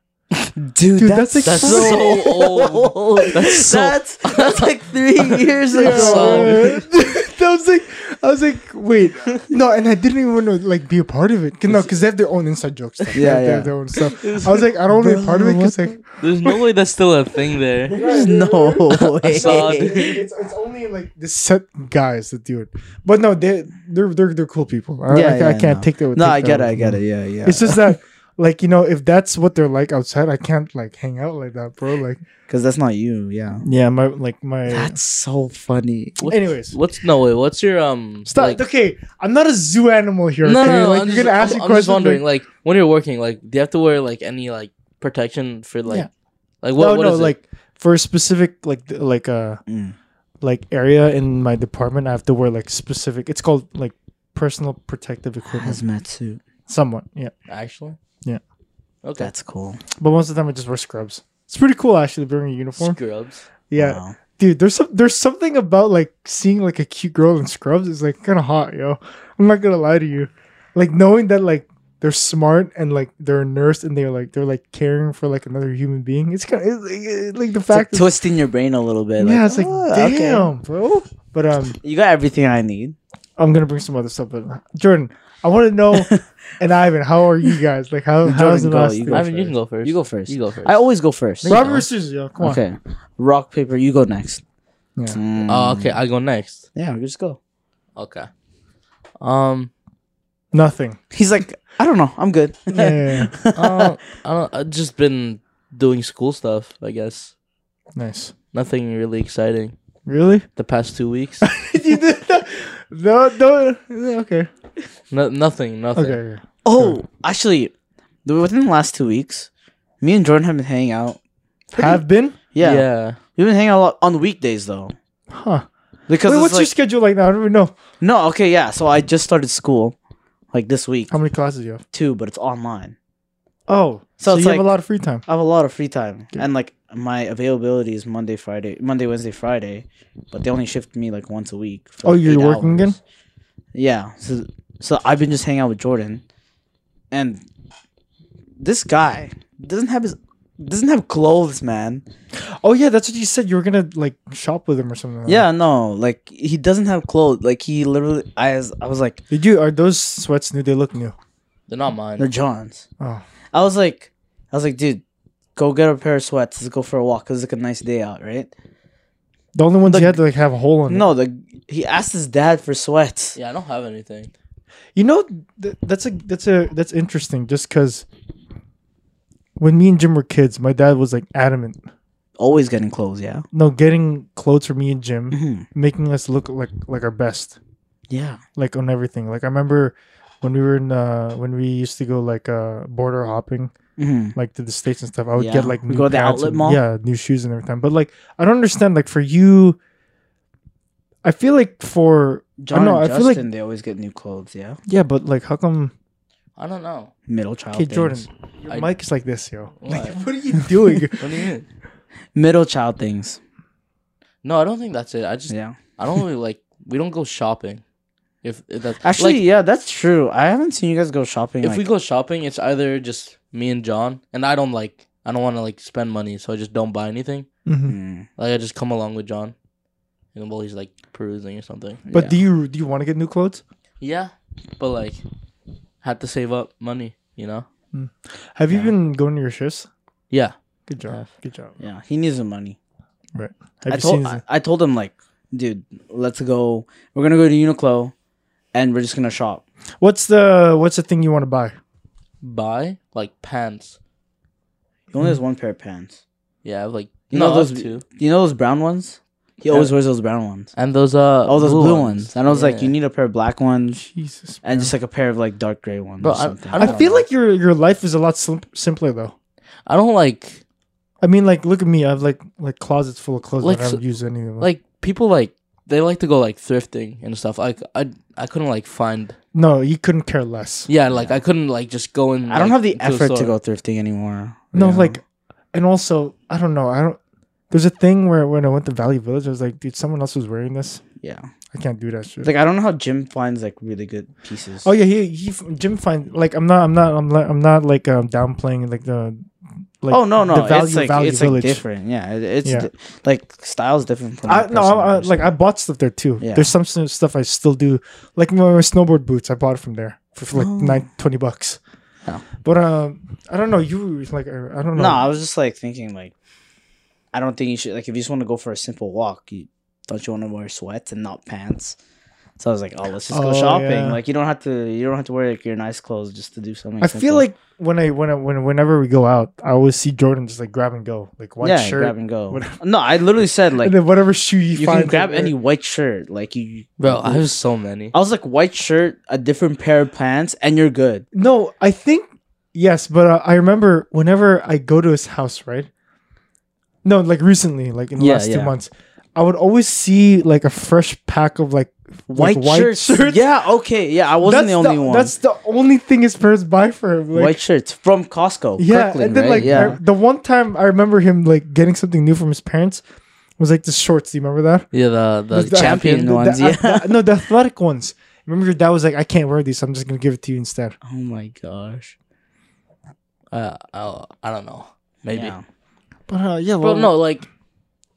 [SPEAKER 1] Dude,
[SPEAKER 2] Dude,
[SPEAKER 1] that's,
[SPEAKER 2] that's, like,
[SPEAKER 1] that's
[SPEAKER 2] so
[SPEAKER 1] so
[SPEAKER 2] [LAUGHS]
[SPEAKER 3] old.
[SPEAKER 1] old.
[SPEAKER 3] That's so-
[SPEAKER 1] that's, that's like three years ago.
[SPEAKER 2] Yeah,
[SPEAKER 3] So-
[SPEAKER 2] man. [LAUGHS]
[SPEAKER 1] [LAUGHS]
[SPEAKER 2] that was like, I was like, wait, no, and I didn't even want to like be a part of it. 'Cause- No, because they have their own inside jokes. Stuff. They
[SPEAKER 1] Yeah,
[SPEAKER 2] have their-
[SPEAKER 1] yeah.
[SPEAKER 2] their
[SPEAKER 1] [LAUGHS]
[SPEAKER 2] own stuff. I was like, I don't want to be a part of it because like,
[SPEAKER 3] There's no way that's still a thing there.
[SPEAKER 1] There's [LAUGHS] no way.
[SPEAKER 3] saw [LAUGHS] it.
[SPEAKER 2] it's, it's only like the set guys that do it. But no, they they're they're, they're cool people. I,
[SPEAKER 1] Yeah,
[SPEAKER 2] I, I
[SPEAKER 1] yeah,
[SPEAKER 2] can't
[SPEAKER 1] [LAUGHS] no.
[SPEAKER 2] take that.
[SPEAKER 1] No, I get it. I get it. Yeah, yeah.
[SPEAKER 2] It's just that like you know if that's what they're like outside i can't like hang out like that bro like
[SPEAKER 1] because that's not you. Yeah,
[SPEAKER 2] yeah my like my
[SPEAKER 1] that's so funny.
[SPEAKER 3] What-
[SPEAKER 2] anyways
[SPEAKER 3] What's no wait? What's your um?
[SPEAKER 2] stop
[SPEAKER 3] like-
[SPEAKER 2] okay i'm not a zoo animal here
[SPEAKER 3] no,
[SPEAKER 2] okay
[SPEAKER 3] no, no,
[SPEAKER 2] like
[SPEAKER 3] I'm
[SPEAKER 2] you're
[SPEAKER 3] just,
[SPEAKER 2] gonna ask
[SPEAKER 3] I'm,
[SPEAKER 2] me
[SPEAKER 3] I'm
[SPEAKER 2] questions
[SPEAKER 3] just wondering,
[SPEAKER 2] like,
[SPEAKER 3] like when you're working, like do you have to wear like any like protection for like,
[SPEAKER 2] Yeah.
[SPEAKER 3] like what?
[SPEAKER 2] no
[SPEAKER 3] what
[SPEAKER 2] no
[SPEAKER 3] is it? Hmm.
[SPEAKER 2] like for a specific like th- like uh
[SPEAKER 1] Mm.
[SPEAKER 2] like area in my department i have to wear like specific it's called like personal protective equipment
[SPEAKER 1] Hazmat suit.
[SPEAKER 2] somewhat yeah
[SPEAKER 3] actually?
[SPEAKER 2] Yeah.
[SPEAKER 3] Okay.
[SPEAKER 1] That's cool.
[SPEAKER 2] but most of the time i just wear scrubs it's pretty cool actually wearing a uniform
[SPEAKER 3] Scrubs.
[SPEAKER 2] yeah
[SPEAKER 1] Wow.
[SPEAKER 2] dude there's some there's something about like seeing like a cute girl in scrubs is like kind of hot yo i'm not gonna lie to you like knowing that like they're smart and like they're a nurse and they're like they're like caring for like another human being it's kind of like, like the
[SPEAKER 1] It's like
[SPEAKER 2] fact is,
[SPEAKER 1] twisting your brain a little bit.
[SPEAKER 2] yeah it's like
[SPEAKER 1] "Oh, okay.
[SPEAKER 2] damn bro but um
[SPEAKER 1] You got everything I need.
[SPEAKER 2] i'm gonna bring some other stuff but jordan i want to
[SPEAKER 1] [LAUGHS]
[SPEAKER 2] know and ivan how are you guys like how how's
[SPEAKER 1] Jordan,
[SPEAKER 2] the
[SPEAKER 1] go,
[SPEAKER 2] last
[SPEAKER 1] you
[SPEAKER 2] thing?
[SPEAKER 1] go
[SPEAKER 3] I mean, you can go first.
[SPEAKER 1] You go first.
[SPEAKER 3] You go first.
[SPEAKER 1] I always go first.
[SPEAKER 2] robert or scissors yo come on
[SPEAKER 1] Okay. Rock, paper, you go next.
[SPEAKER 2] Yeah.
[SPEAKER 1] Mm.
[SPEAKER 3] Oh, okay. I go next.
[SPEAKER 1] Yeah, just go.
[SPEAKER 3] Okay. Um.
[SPEAKER 1] [LAUGHS]
[SPEAKER 2] nothing
[SPEAKER 1] He's like, I don't know. I'm good. [LAUGHS]
[SPEAKER 2] yeah,
[SPEAKER 3] uh, I don't. I've just been doing school stuff. I guess
[SPEAKER 2] nice
[SPEAKER 3] nothing really exciting
[SPEAKER 2] really
[SPEAKER 3] the past two weeks.
[SPEAKER 2] you did that? [LAUGHS] no no yeah, okay
[SPEAKER 3] no, nothing. Nothing.
[SPEAKER 2] okay yeah.
[SPEAKER 1] oh, actually, th- within the last two weeks, me and Jordan have been hanging out.
[SPEAKER 2] have been
[SPEAKER 1] Yeah,
[SPEAKER 3] yeah.
[SPEAKER 1] we've been hanging out a lot on weekdays though.
[SPEAKER 2] huh
[SPEAKER 1] Because
[SPEAKER 2] Wait,
[SPEAKER 1] it's
[SPEAKER 2] what's your
[SPEAKER 1] like-
[SPEAKER 2] schedule like now i don't even know
[SPEAKER 1] no, okay, yeah. So I just started school, like this week
[SPEAKER 2] how many classes you have
[SPEAKER 1] too, but it's online.
[SPEAKER 2] oh so,
[SPEAKER 1] So it's
[SPEAKER 2] you have a
[SPEAKER 1] like-
[SPEAKER 2] lot of free time
[SPEAKER 1] I have a lot of free time, and like my availability is Monday, Friday, Monday, Wednesday, Friday, but they only shift me like once a week. For,
[SPEAKER 2] Oh,
[SPEAKER 1] like,
[SPEAKER 2] you're
[SPEAKER 1] eight
[SPEAKER 2] working again?
[SPEAKER 1] hours. Yeah. So, so I've been just hanging out with Jordan, and this guy doesn't have his doesn't have clothes, man.
[SPEAKER 2] oh yeah that's what you said you were gonna like shop with him or something like that.
[SPEAKER 1] Yeah, no, like he doesn't have clothes. Like he literally, I was, I was like,
[SPEAKER 2] did you are those sweats new they look new
[SPEAKER 3] They're not
[SPEAKER 1] they're
[SPEAKER 3] mine.
[SPEAKER 1] John's.
[SPEAKER 2] oh
[SPEAKER 1] I was like, I was like, dude, go get a pair of sweats. Let's go for a walk. Cause it's like a nice day out, right?
[SPEAKER 2] the only ones
[SPEAKER 1] The-
[SPEAKER 2] you had to like have a hole in it.
[SPEAKER 1] No, the he asked his dad for sweats.
[SPEAKER 3] Yeah, I don't have anything.
[SPEAKER 2] you know th- that's a that's a that's interesting just because when me and jim were kids my dad was like adamant
[SPEAKER 1] always getting clothes, yeah.
[SPEAKER 2] no getting clothes for me and jim
[SPEAKER 1] Mm-hmm.
[SPEAKER 2] making us look like like our best
[SPEAKER 1] Yeah.
[SPEAKER 2] like on everything. Like I remember when we were in uh when we used to go like uh border hopping
[SPEAKER 1] Mm-hmm.
[SPEAKER 2] like to the states and stuff. I would
[SPEAKER 1] Yeah.
[SPEAKER 2] get like
[SPEAKER 1] We go to the
[SPEAKER 2] pants
[SPEAKER 1] outlet
[SPEAKER 2] and-
[SPEAKER 1] mall?
[SPEAKER 2] yeah, new shoes and everything. But like I don't understand like for you, I feel like for
[SPEAKER 1] John
[SPEAKER 2] know,
[SPEAKER 1] and
[SPEAKER 2] I feel like-
[SPEAKER 1] Justin, they always get new clothes, yeah.
[SPEAKER 2] yeah, but like how come?
[SPEAKER 3] I don't know.
[SPEAKER 1] Middle child.
[SPEAKER 2] Okay,
[SPEAKER 1] things.
[SPEAKER 2] Jordan, your
[SPEAKER 3] I-
[SPEAKER 2] mic is like this, yo. [LAUGHS] Like,
[SPEAKER 3] What?
[SPEAKER 2] what are you
[SPEAKER 1] [LAUGHS]
[SPEAKER 2] doing?
[SPEAKER 3] what do you mean?
[SPEAKER 1] Middle child things.
[SPEAKER 3] No, I don't think that's it. I just
[SPEAKER 1] Yeah.
[SPEAKER 3] I don't really like. We don't go shopping. If, if that's
[SPEAKER 1] Actually,
[SPEAKER 3] like,
[SPEAKER 1] yeah, that's true. I haven't seen you guys go shopping.
[SPEAKER 3] if
[SPEAKER 1] like,
[SPEAKER 3] we go shopping, it's either just me and John, and I don't like. I don't want to like spend money, so I just don't buy anything.
[SPEAKER 2] Mhm.
[SPEAKER 1] Mm,
[SPEAKER 3] Like I just come along with John, and while he's like perusing or something.
[SPEAKER 2] But
[SPEAKER 1] yeah.
[SPEAKER 2] do you do you want to get new clothes?
[SPEAKER 3] Yeah, but like, had to save up money, you know.
[SPEAKER 2] Have you
[SPEAKER 1] Yeah.
[SPEAKER 2] been going to your shifts?
[SPEAKER 3] Yeah,
[SPEAKER 2] Good job.
[SPEAKER 3] Yeah.
[SPEAKER 2] Good job.
[SPEAKER 1] yeah, he needs the money.
[SPEAKER 2] Have
[SPEAKER 1] I
[SPEAKER 2] you
[SPEAKER 1] told
[SPEAKER 2] seen?
[SPEAKER 1] I, I told him like, dude, let's go. We're gonna go to Uniqlo, and we're just gonna shop.
[SPEAKER 2] what's the what's the thing you want to buy?
[SPEAKER 3] buy like pants.
[SPEAKER 1] He only has one pair of pants.
[SPEAKER 3] Yeah, I have, like
[SPEAKER 1] You
[SPEAKER 3] no,
[SPEAKER 1] know
[SPEAKER 3] those
[SPEAKER 1] those-
[SPEAKER 3] two
[SPEAKER 1] You know those brown ones? He always wears those brown ones.
[SPEAKER 3] and those uh
[SPEAKER 1] All those blue, ones. And I was like,
[SPEAKER 3] Yeah.
[SPEAKER 1] you need a pair of black ones
[SPEAKER 2] Jesus.
[SPEAKER 1] and
[SPEAKER 2] man.
[SPEAKER 1] just like a pair of like dark gray ones.
[SPEAKER 3] Bro,
[SPEAKER 1] or
[SPEAKER 3] I-
[SPEAKER 1] something.
[SPEAKER 3] I
[SPEAKER 2] I
[SPEAKER 3] don't
[SPEAKER 2] feel
[SPEAKER 3] know.
[SPEAKER 2] like your your life is a lot sim- simpler though.
[SPEAKER 3] I don't like
[SPEAKER 2] I mean, like, look at me. I have like like closets full of clothes
[SPEAKER 3] Like
[SPEAKER 2] that I
[SPEAKER 3] s-
[SPEAKER 2] haven't used any of them.
[SPEAKER 3] like people like they like to go like thrifting and stuff. Like I I couldn't like find
[SPEAKER 2] no, you couldn't care less.
[SPEAKER 3] yeah like I couldn't like just go in.
[SPEAKER 1] I don't
[SPEAKER 3] like,
[SPEAKER 1] have the
[SPEAKER 3] into a
[SPEAKER 1] effort to
[SPEAKER 3] store.
[SPEAKER 1] go thrifting anymore.
[SPEAKER 2] No,
[SPEAKER 1] Yeah.
[SPEAKER 2] like, and also, I don't know. I don't. There's a thing where when I went to Valley Village, I was like, dude, someone else was wearing this.
[SPEAKER 1] yeah,
[SPEAKER 2] I can't do that shit.
[SPEAKER 1] like I don't know how Jim finds like really good pieces.
[SPEAKER 2] oh yeah, he he. f- Jim find like I'm not I'm not I'm not, I'm not like um downplaying like the. Like,
[SPEAKER 1] oh no, no,
[SPEAKER 2] the value
[SPEAKER 1] it's
[SPEAKER 2] of
[SPEAKER 1] like
[SPEAKER 2] Valley
[SPEAKER 1] it's
[SPEAKER 2] Village.
[SPEAKER 1] like different. Yeah, it, it's
[SPEAKER 2] Yeah.
[SPEAKER 1] di- like styles different from.
[SPEAKER 2] I,
[SPEAKER 1] person
[SPEAKER 2] no,
[SPEAKER 1] to
[SPEAKER 2] I, I- like
[SPEAKER 1] person.
[SPEAKER 2] I bought stuff there too.
[SPEAKER 1] Yeah.
[SPEAKER 2] There's some s- stuff I still do, like my, my snowboard boots. I bought it from there for, for like
[SPEAKER 1] Oh.
[SPEAKER 2] nine, 20 bucks.
[SPEAKER 1] Oh.
[SPEAKER 2] But um, I don't know. You were, like I I don't know.
[SPEAKER 1] no, I was just like thinking like, I don't think you should like if you just want to go for a simple walk, you don't you want to wear sweats and not pants? So I was like, oh, let's just
[SPEAKER 2] Oh,
[SPEAKER 1] go shopping.
[SPEAKER 2] yeah.
[SPEAKER 1] Like you don't have to you don't have to wear like, your nice clothes just to do something.
[SPEAKER 2] I feel
[SPEAKER 1] simple.
[SPEAKER 2] like when I when I, when whenever we go out, I always see Jordan just like grab and go, like one
[SPEAKER 1] yeah,
[SPEAKER 2] shirt,
[SPEAKER 1] grab and go.
[SPEAKER 2] whatever.
[SPEAKER 1] [LAUGHS] No, I literally said like
[SPEAKER 2] and then whatever shoe you,
[SPEAKER 1] you
[SPEAKER 2] find.
[SPEAKER 1] can grab
[SPEAKER 2] there.
[SPEAKER 1] any white shirt. Like you,
[SPEAKER 3] Bro, I have so many.
[SPEAKER 1] I was like white shirt, a different pair of pants, and you're good.
[SPEAKER 2] No, I think yes, but uh, I remember whenever I go to his house, right? No, like recently, like in the
[SPEAKER 1] Yeah,
[SPEAKER 2] last two
[SPEAKER 1] yeah.
[SPEAKER 2] months, I would always see like a fresh pack of like
[SPEAKER 1] White,
[SPEAKER 2] white
[SPEAKER 1] shirts.
[SPEAKER 2] shirts?
[SPEAKER 1] Yeah, okay. Yeah, I wasn't the only one.
[SPEAKER 2] That's the only thing his parents buy for him. Like,
[SPEAKER 1] white shirts from Costco.
[SPEAKER 2] yeah,
[SPEAKER 1] Kirkland,
[SPEAKER 2] and then
[SPEAKER 1] right?
[SPEAKER 2] like
[SPEAKER 1] yeah.
[SPEAKER 2] I- the one time I remember him like getting something new from his parents was like the shorts. Do you remember that?
[SPEAKER 3] Yeah, the
[SPEAKER 1] [LAUGHS]
[SPEAKER 3] the,
[SPEAKER 2] It was the-
[SPEAKER 1] champion
[SPEAKER 2] the-
[SPEAKER 1] ones,
[SPEAKER 2] the-
[SPEAKER 1] yeah.
[SPEAKER 2] the- no, the athletic ones. Remember your dad was like, I can't wear these. I'm just gonna give it to you instead.
[SPEAKER 1] oh my gosh.
[SPEAKER 3] Uh, I'll, I don't know. Maybe.
[SPEAKER 1] Yeah.
[SPEAKER 2] But uh, yeah,
[SPEAKER 3] Bro, no, like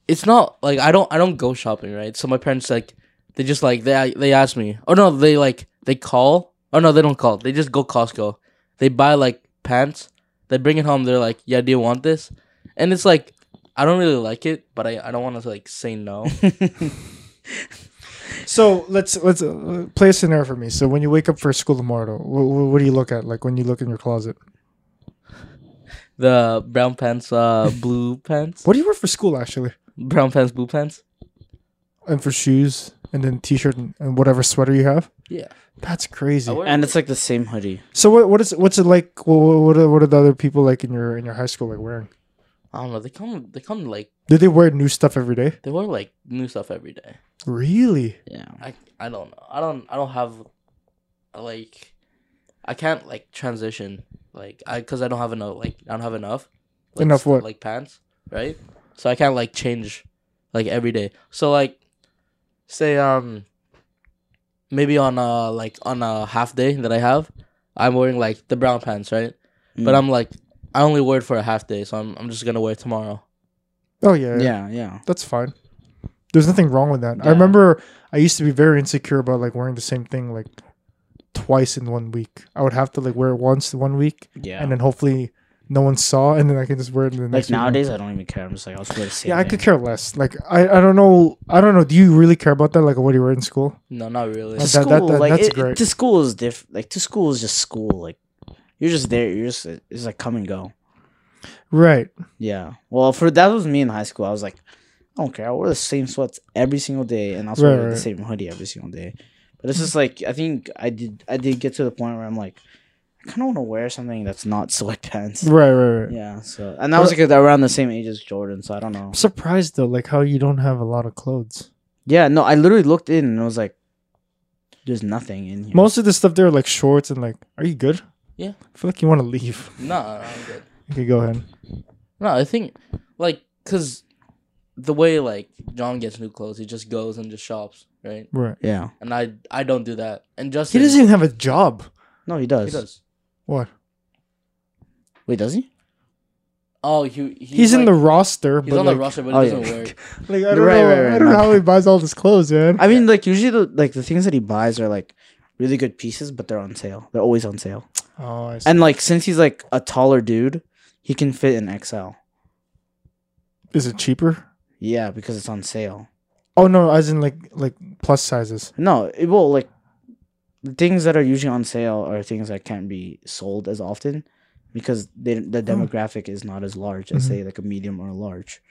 [SPEAKER 3] it's not like I don't I don't go shopping, right? So my parents like they just like they they ask me. Oh no, they like they call. Oh no, they don't call. They just go Costco. They buy like pants. They bring it home. They're like, "Yeah, do you want this?" And it's like I don't really like it, but I, I don't want to like say no.
[SPEAKER 2] So let's let's uh, play a scenario for me. So when you wake up for school tomorrow, what, what do you look at? Like when you look in your closet,
[SPEAKER 3] the brown pants, uh, blue pants,
[SPEAKER 2] what do you wear for school actually?
[SPEAKER 3] brown pants, blue pants.
[SPEAKER 2] And for shoes, and then t-shirt and, and whatever sweater you have.
[SPEAKER 3] Yeah,
[SPEAKER 2] That's crazy.
[SPEAKER 3] I wear-
[SPEAKER 1] And it's like the same hoodie.
[SPEAKER 2] so what what is what's it like? What what are, what are the other people like in your in your high school like wearing?
[SPEAKER 3] I don't know. They come they come like
[SPEAKER 2] Do they wear new stuff every day?
[SPEAKER 3] they wear like new stuff every day.
[SPEAKER 2] Really?
[SPEAKER 1] Yeah.
[SPEAKER 3] I I don't know. I don't I don't have like I can't like transition like I because I don't have enough like I don't have enough like,
[SPEAKER 2] Enough
[SPEAKER 3] s-
[SPEAKER 2] what?
[SPEAKER 3] like pants right so I can't like change like every day so like say um maybe on a like on a half day that I have I'm wearing like the brown pants right but
[SPEAKER 1] Mm.
[SPEAKER 3] I'm like I only wear it for a half day so I'm I'm just gonna wear it tomorrow
[SPEAKER 2] Oh yeah, yeah.
[SPEAKER 1] Yeah, yeah.
[SPEAKER 2] That's fine. There's nothing wrong with that. I
[SPEAKER 3] Yeah.
[SPEAKER 2] remember I used to be very insecure about like wearing the same thing like twice in one week. I would have to like wear it once one week
[SPEAKER 1] Yeah.
[SPEAKER 2] and then hopefully no one saw, and then I can just wear it in the
[SPEAKER 1] like
[SPEAKER 2] next. weekend.
[SPEAKER 1] nowadays, I don't even care. I'm just like, I'll just wear the same.
[SPEAKER 2] yeah, I could
[SPEAKER 1] thing.
[SPEAKER 2] care less. Like I, I don't know, I don't know. Do you really care about that? Like what you wear in school?
[SPEAKER 3] no not
[SPEAKER 1] To
[SPEAKER 3] really
[SPEAKER 2] That-
[SPEAKER 1] school,
[SPEAKER 2] that- that-
[SPEAKER 1] like
[SPEAKER 2] that's
[SPEAKER 1] it- it-
[SPEAKER 2] great.
[SPEAKER 1] to school is diff. Like to school is just school. Like you're just there. You're just it's like come and go.
[SPEAKER 2] Right.
[SPEAKER 1] Yeah. Well, for that was me in high school. I was like, I don't care. I wear the same sweats every single day, and I also
[SPEAKER 2] Right,
[SPEAKER 1] wear
[SPEAKER 2] right.
[SPEAKER 1] the same hoodie every single day. But it's just like I think I did. I did get to the point where I'm like, I kind of want to wear something that's not sweatpants.
[SPEAKER 2] Right. Right. Right.
[SPEAKER 1] Yeah. So and I was like around the same age as Jordan, so I don't know.
[SPEAKER 2] I'm surprised though, like how you don't have a lot of clothes.
[SPEAKER 1] Yeah. No, I literally looked in and I was like, there's nothing in here.
[SPEAKER 2] Most of the stuff there are like shorts and like. Are you good?
[SPEAKER 3] Yeah.
[SPEAKER 2] I feel like you want to leave.
[SPEAKER 3] no no, I'm good.
[SPEAKER 2] Okay, go ahead.
[SPEAKER 3] No, I think like because the way like John gets new clothes, he just goes and just shops, right?
[SPEAKER 2] Right.
[SPEAKER 1] Yeah.
[SPEAKER 3] And I I don't do that. And
[SPEAKER 2] He
[SPEAKER 3] Justin
[SPEAKER 2] doesn't even have a job.
[SPEAKER 1] No, he does.
[SPEAKER 3] he does.
[SPEAKER 2] What?
[SPEAKER 1] Wait, does he?
[SPEAKER 3] Oh, he he's,
[SPEAKER 2] He's, in the
[SPEAKER 3] like-
[SPEAKER 2] roster,
[SPEAKER 3] he's
[SPEAKER 2] but
[SPEAKER 3] on
[SPEAKER 2] like,
[SPEAKER 3] the roster, but
[SPEAKER 1] oh,
[SPEAKER 3] he
[SPEAKER 1] yeah.
[SPEAKER 3] doesn't
[SPEAKER 2] [LAUGHS]
[SPEAKER 3] wear. it.
[SPEAKER 2] like, I don't
[SPEAKER 1] Right,
[SPEAKER 2] know,
[SPEAKER 1] right, right,
[SPEAKER 2] I don't know
[SPEAKER 1] no.
[SPEAKER 2] how he buys all his clothes, man.
[SPEAKER 1] [LAUGHS] I mean, like usually the like the things that he buys are like really good pieces, but they're on sale. They're always on sale.
[SPEAKER 2] oh, I see.
[SPEAKER 1] And like since he's like a taller dude, he can fit in XL.
[SPEAKER 2] is it cheaper?
[SPEAKER 1] Yeah, because it's on sale.
[SPEAKER 2] Oh no, as in like like plus sizes.
[SPEAKER 1] No, it will like things that are usually on sale are things that can't be sold as often because they,
[SPEAKER 2] Oh.
[SPEAKER 1] the demographic is not as large as
[SPEAKER 2] Mhm.
[SPEAKER 1] say like a medium or a large.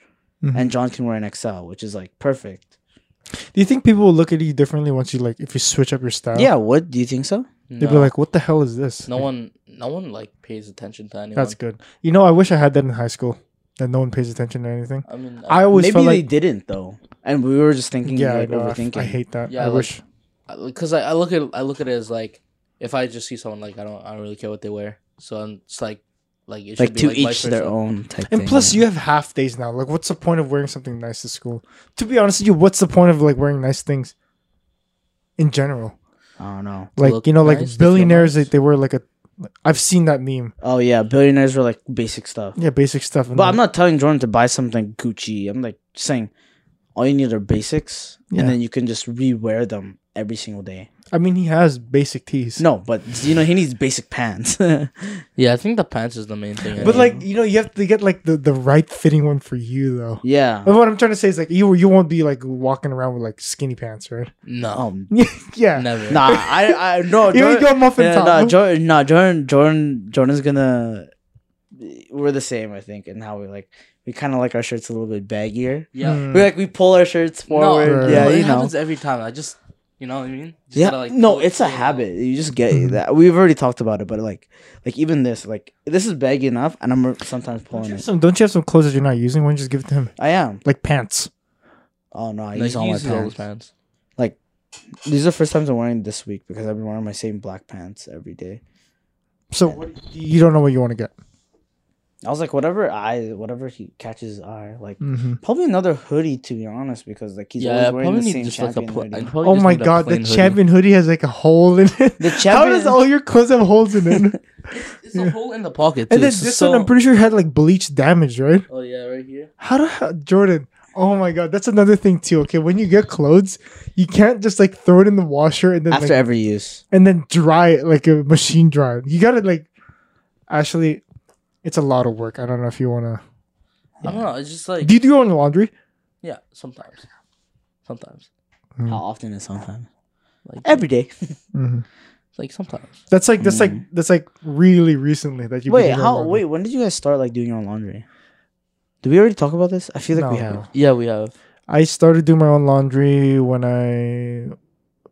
[SPEAKER 2] Mhm.
[SPEAKER 1] And John can wear an XL, which is like perfect.
[SPEAKER 2] Do you think people will look at you differently once you like if you switch up your style?
[SPEAKER 1] Yeah, what do you think so?
[SPEAKER 2] They'd
[SPEAKER 3] No,
[SPEAKER 2] be like, "What the hell is this?"
[SPEAKER 3] no
[SPEAKER 2] Like,
[SPEAKER 3] one no one like pays attention to anyone.
[SPEAKER 2] That's good. You know, I wish I had that in high school. That no one pays attention to anything.
[SPEAKER 3] I mean,
[SPEAKER 2] I always
[SPEAKER 1] Maybe
[SPEAKER 2] felt
[SPEAKER 1] they
[SPEAKER 2] like,
[SPEAKER 1] didn't though, and we were just thinking
[SPEAKER 2] yeah, I,
[SPEAKER 1] like
[SPEAKER 2] know, I f-
[SPEAKER 1] overthinking.
[SPEAKER 2] I hate that.
[SPEAKER 3] Yeah,
[SPEAKER 2] I
[SPEAKER 3] like-
[SPEAKER 2] wish.
[SPEAKER 3] because I, I look at I look at it as like if I just see someone like I don't I don't really care what they wear, so I'm, it's like like it should
[SPEAKER 1] like
[SPEAKER 3] be
[SPEAKER 1] to
[SPEAKER 3] like vice
[SPEAKER 1] each their
[SPEAKER 3] versa.
[SPEAKER 1] own type.
[SPEAKER 2] And
[SPEAKER 1] thing,
[SPEAKER 2] plus,
[SPEAKER 1] yeah.
[SPEAKER 2] you have half days now. Like, what's the point of wearing something nice to school? To be honest with you, what's the point of like wearing nice things? In general,
[SPEAKER 1] I don't know.
[SPEAKER 2] like
[SPEAKER 3] Look
[SPEAKER 2] you know, like
[SPEAKER 3] nice, to feel
[SPEAKER 2] billionaires,
[SPEAKER 3] nice.
[SPEAKER 2] they, they wear like a. I've seen that meme.
[SPEAKER 1] Oh yeah, billionaires were like basic stuff.
[SPEAKER 2] Yeah, basic stuff. and
[SPEAKER 1] But
[SPEAKER 2] then-
[SPEAKER 1] I'm not telling Jordan to buy something Gucci. I'm like saying all you need are basics,
[SPEAKER 2] Yeah.
[SPEAKER 1] and then you can just rewear them every single day.
[SPEAKER 2] I mean, he has basic tees.
[SPEAKER 1] No, but you know he needs basic pants. [LAUGHS]
[SPEAKER 3] Yeah, I think the pants is the main thing. I
[SPEAKER 2] but
[SPEAKER 3] need.
[SPEAKER 2] like you know, you have to get like the the right fitting one for you though.
[SPEAKER 1] yeah.
[SPEAKER 2] But what I'm trying to say is like you you won't be like walking around with like skinny pants, right? [LAUGHS]
[SPEAKER 3] no,
[SPEAKER 1] Um,
[SPEAKER 2] yeah.
[SPEAKER 3] never.
[SPEAKER 1] nah, I I
[SPEAKER 2] [LAUGHS]
[SPEAKER 1] no.
[SPEAKER 2] You
[SPEAKER 1] Jordan-
[SPEAKER 2] ain't got muffin
[SPEAKER 1] yeah,
[SPEAKER 2] top.
[SPEAKER 1] nah, Jordan, nah, Jordan, Jordan, Jordan's gonna. We're the same, I think, in how we like. We kind of like our shirts a little bit baggier.
[SPEAKER 3] Yeah.
[SPEAKER 2] Mm.
[SPEAKER 1] We like we pull our shirts forward.
[SPEAKER 2] Right.
[SPEAKER 1] yeah,
[SPEAKER 3] but it
[SPEAKER 1] you know.
[SPEAKER 3] happens every time. I just, you know what I mean? Just
[SPEAKER 1] Yeah,
[SPEAKER 3] gotta, like,
[SPEAKER 1] no,
[SPEAKER 3] pull it
[SPEAKER 1] it's a
[SPEAKER 3] through.
[SPEAKER 1] habit. You just get
[SPEAKER 2] Mhm.
[SPEAKER 1] that. We've already talked about it, but like, like even this, like this is baggy enough, and I'm sometimes
[SPEAKER 2] Don't you,
[SPEAKER 1] pulling
[SPEAKER 2] have
[SPEAKER 1] it.
[SPEAKER 2] some, don't you have some clothes that you're not using? Why don't you just give it to him?
[SPEAKER 1] I am.
[SPEAKER 2] Like pants.
[SPEAKER 1] Oh no, I
[SPEAKER 3] Like,
[SPEAKER 1] use all
[SPEAKER 3] he
[SPEAKER 1] my
[SPEAKER 3] uses
[SPEAKER 1] pants.
[SPEAKER 3] all his pants.
[SPEAKER 1] These are the first times I'm wearing this week because I've been wearing my same black pants every day.
[SPEAKER 2] So what, you don't know what you want to get.
[SPEAKER 1] I was like, whatever I, whatever he catches his eye, like
[SPEAKER 2] Mm-hmm.
[SPEAKER 1] probably another hoodie to be honest, because like he's
[SPEAKER 3] Yeah, I
[SPEAKER 1] always wearing
[SPEAKER 3] probably
[SPEAKER 1] the
[SPEAKER 3] need
[SPEAKER 1] same
[SPEAKER 3] just like a
[SPEAKER 1] champion
[SPEAKER 3] pla- I
[SPEAKER 1] hoodie.
[SPEAKER 3] probably
[SPEAKER 2] Oh
[SPEAKER 3] just
[SPEAKER 2] my
[SPEAKER 3] need a
[SPEAKER 2] god, the
[SPEAKER 3] plain hoodie.
[SPEAKER 2] champion hoodie has like a hole in it. [LAUGHS]
[SPEAKER 1] [LAUGHS] The
[SPEAKER 2] How does
[SPEAKER 1] champion-
[SPEAKER 2] [LAUGHS] all your clothes have holes
[SPEAKER 3] [LAUGHS]
[SPEAKER 2] in it? and
[SPEAKER 3] It's the hole in the pocket.
[SPEAKER 2] then
[SPEAKER 3] too. It's
[SPEAKER 2] this
[SPEAKER 3] so-
[SPEAKER 2] one, I'm pretty sure had like bleach damage, right?
[SPEAKER 3] Oh yeah, right here.
[SPEAKER 2] How do how, Jordan? Oh my god, that's another thing too. Okay, when you get clothes, you can't just like throw it in the washer and then
[SPEAKER 1] After
[SPEAKER 2] like,
[SPEAKER 1] every use,
[SPEAKER 2] and then dry it like a machine dryer. You gotta like actually, it's a lot of work. I don't know if you wanna.
[SPEAKER 3] I don't know. It's just like
[SPEAKER 2] Do you do your own laundry?
[SPEAKER 3] yeah, sometimes, sometimes
[SPEAKER 1] how often is sometimes?
[SPEAKER 3] like
[SPEAKER 1] Every day.
[SPEAKER 2] Mm-hmm.
[SPEAKER 3] like sometimes.
[SPEAKER 2] That's like that's like that's like really recently that you
[SPEAKER 1] Mm. wait, how? Wait, when did you guys start like doing your own laundry? Did we already talk about this? I feel like we
[SPEAKER 2] No.
[SPEAKER 1] have.
[SPEAKER 3] Yeah, we have.
[SPEAKER 2] I started doing my own laundry when I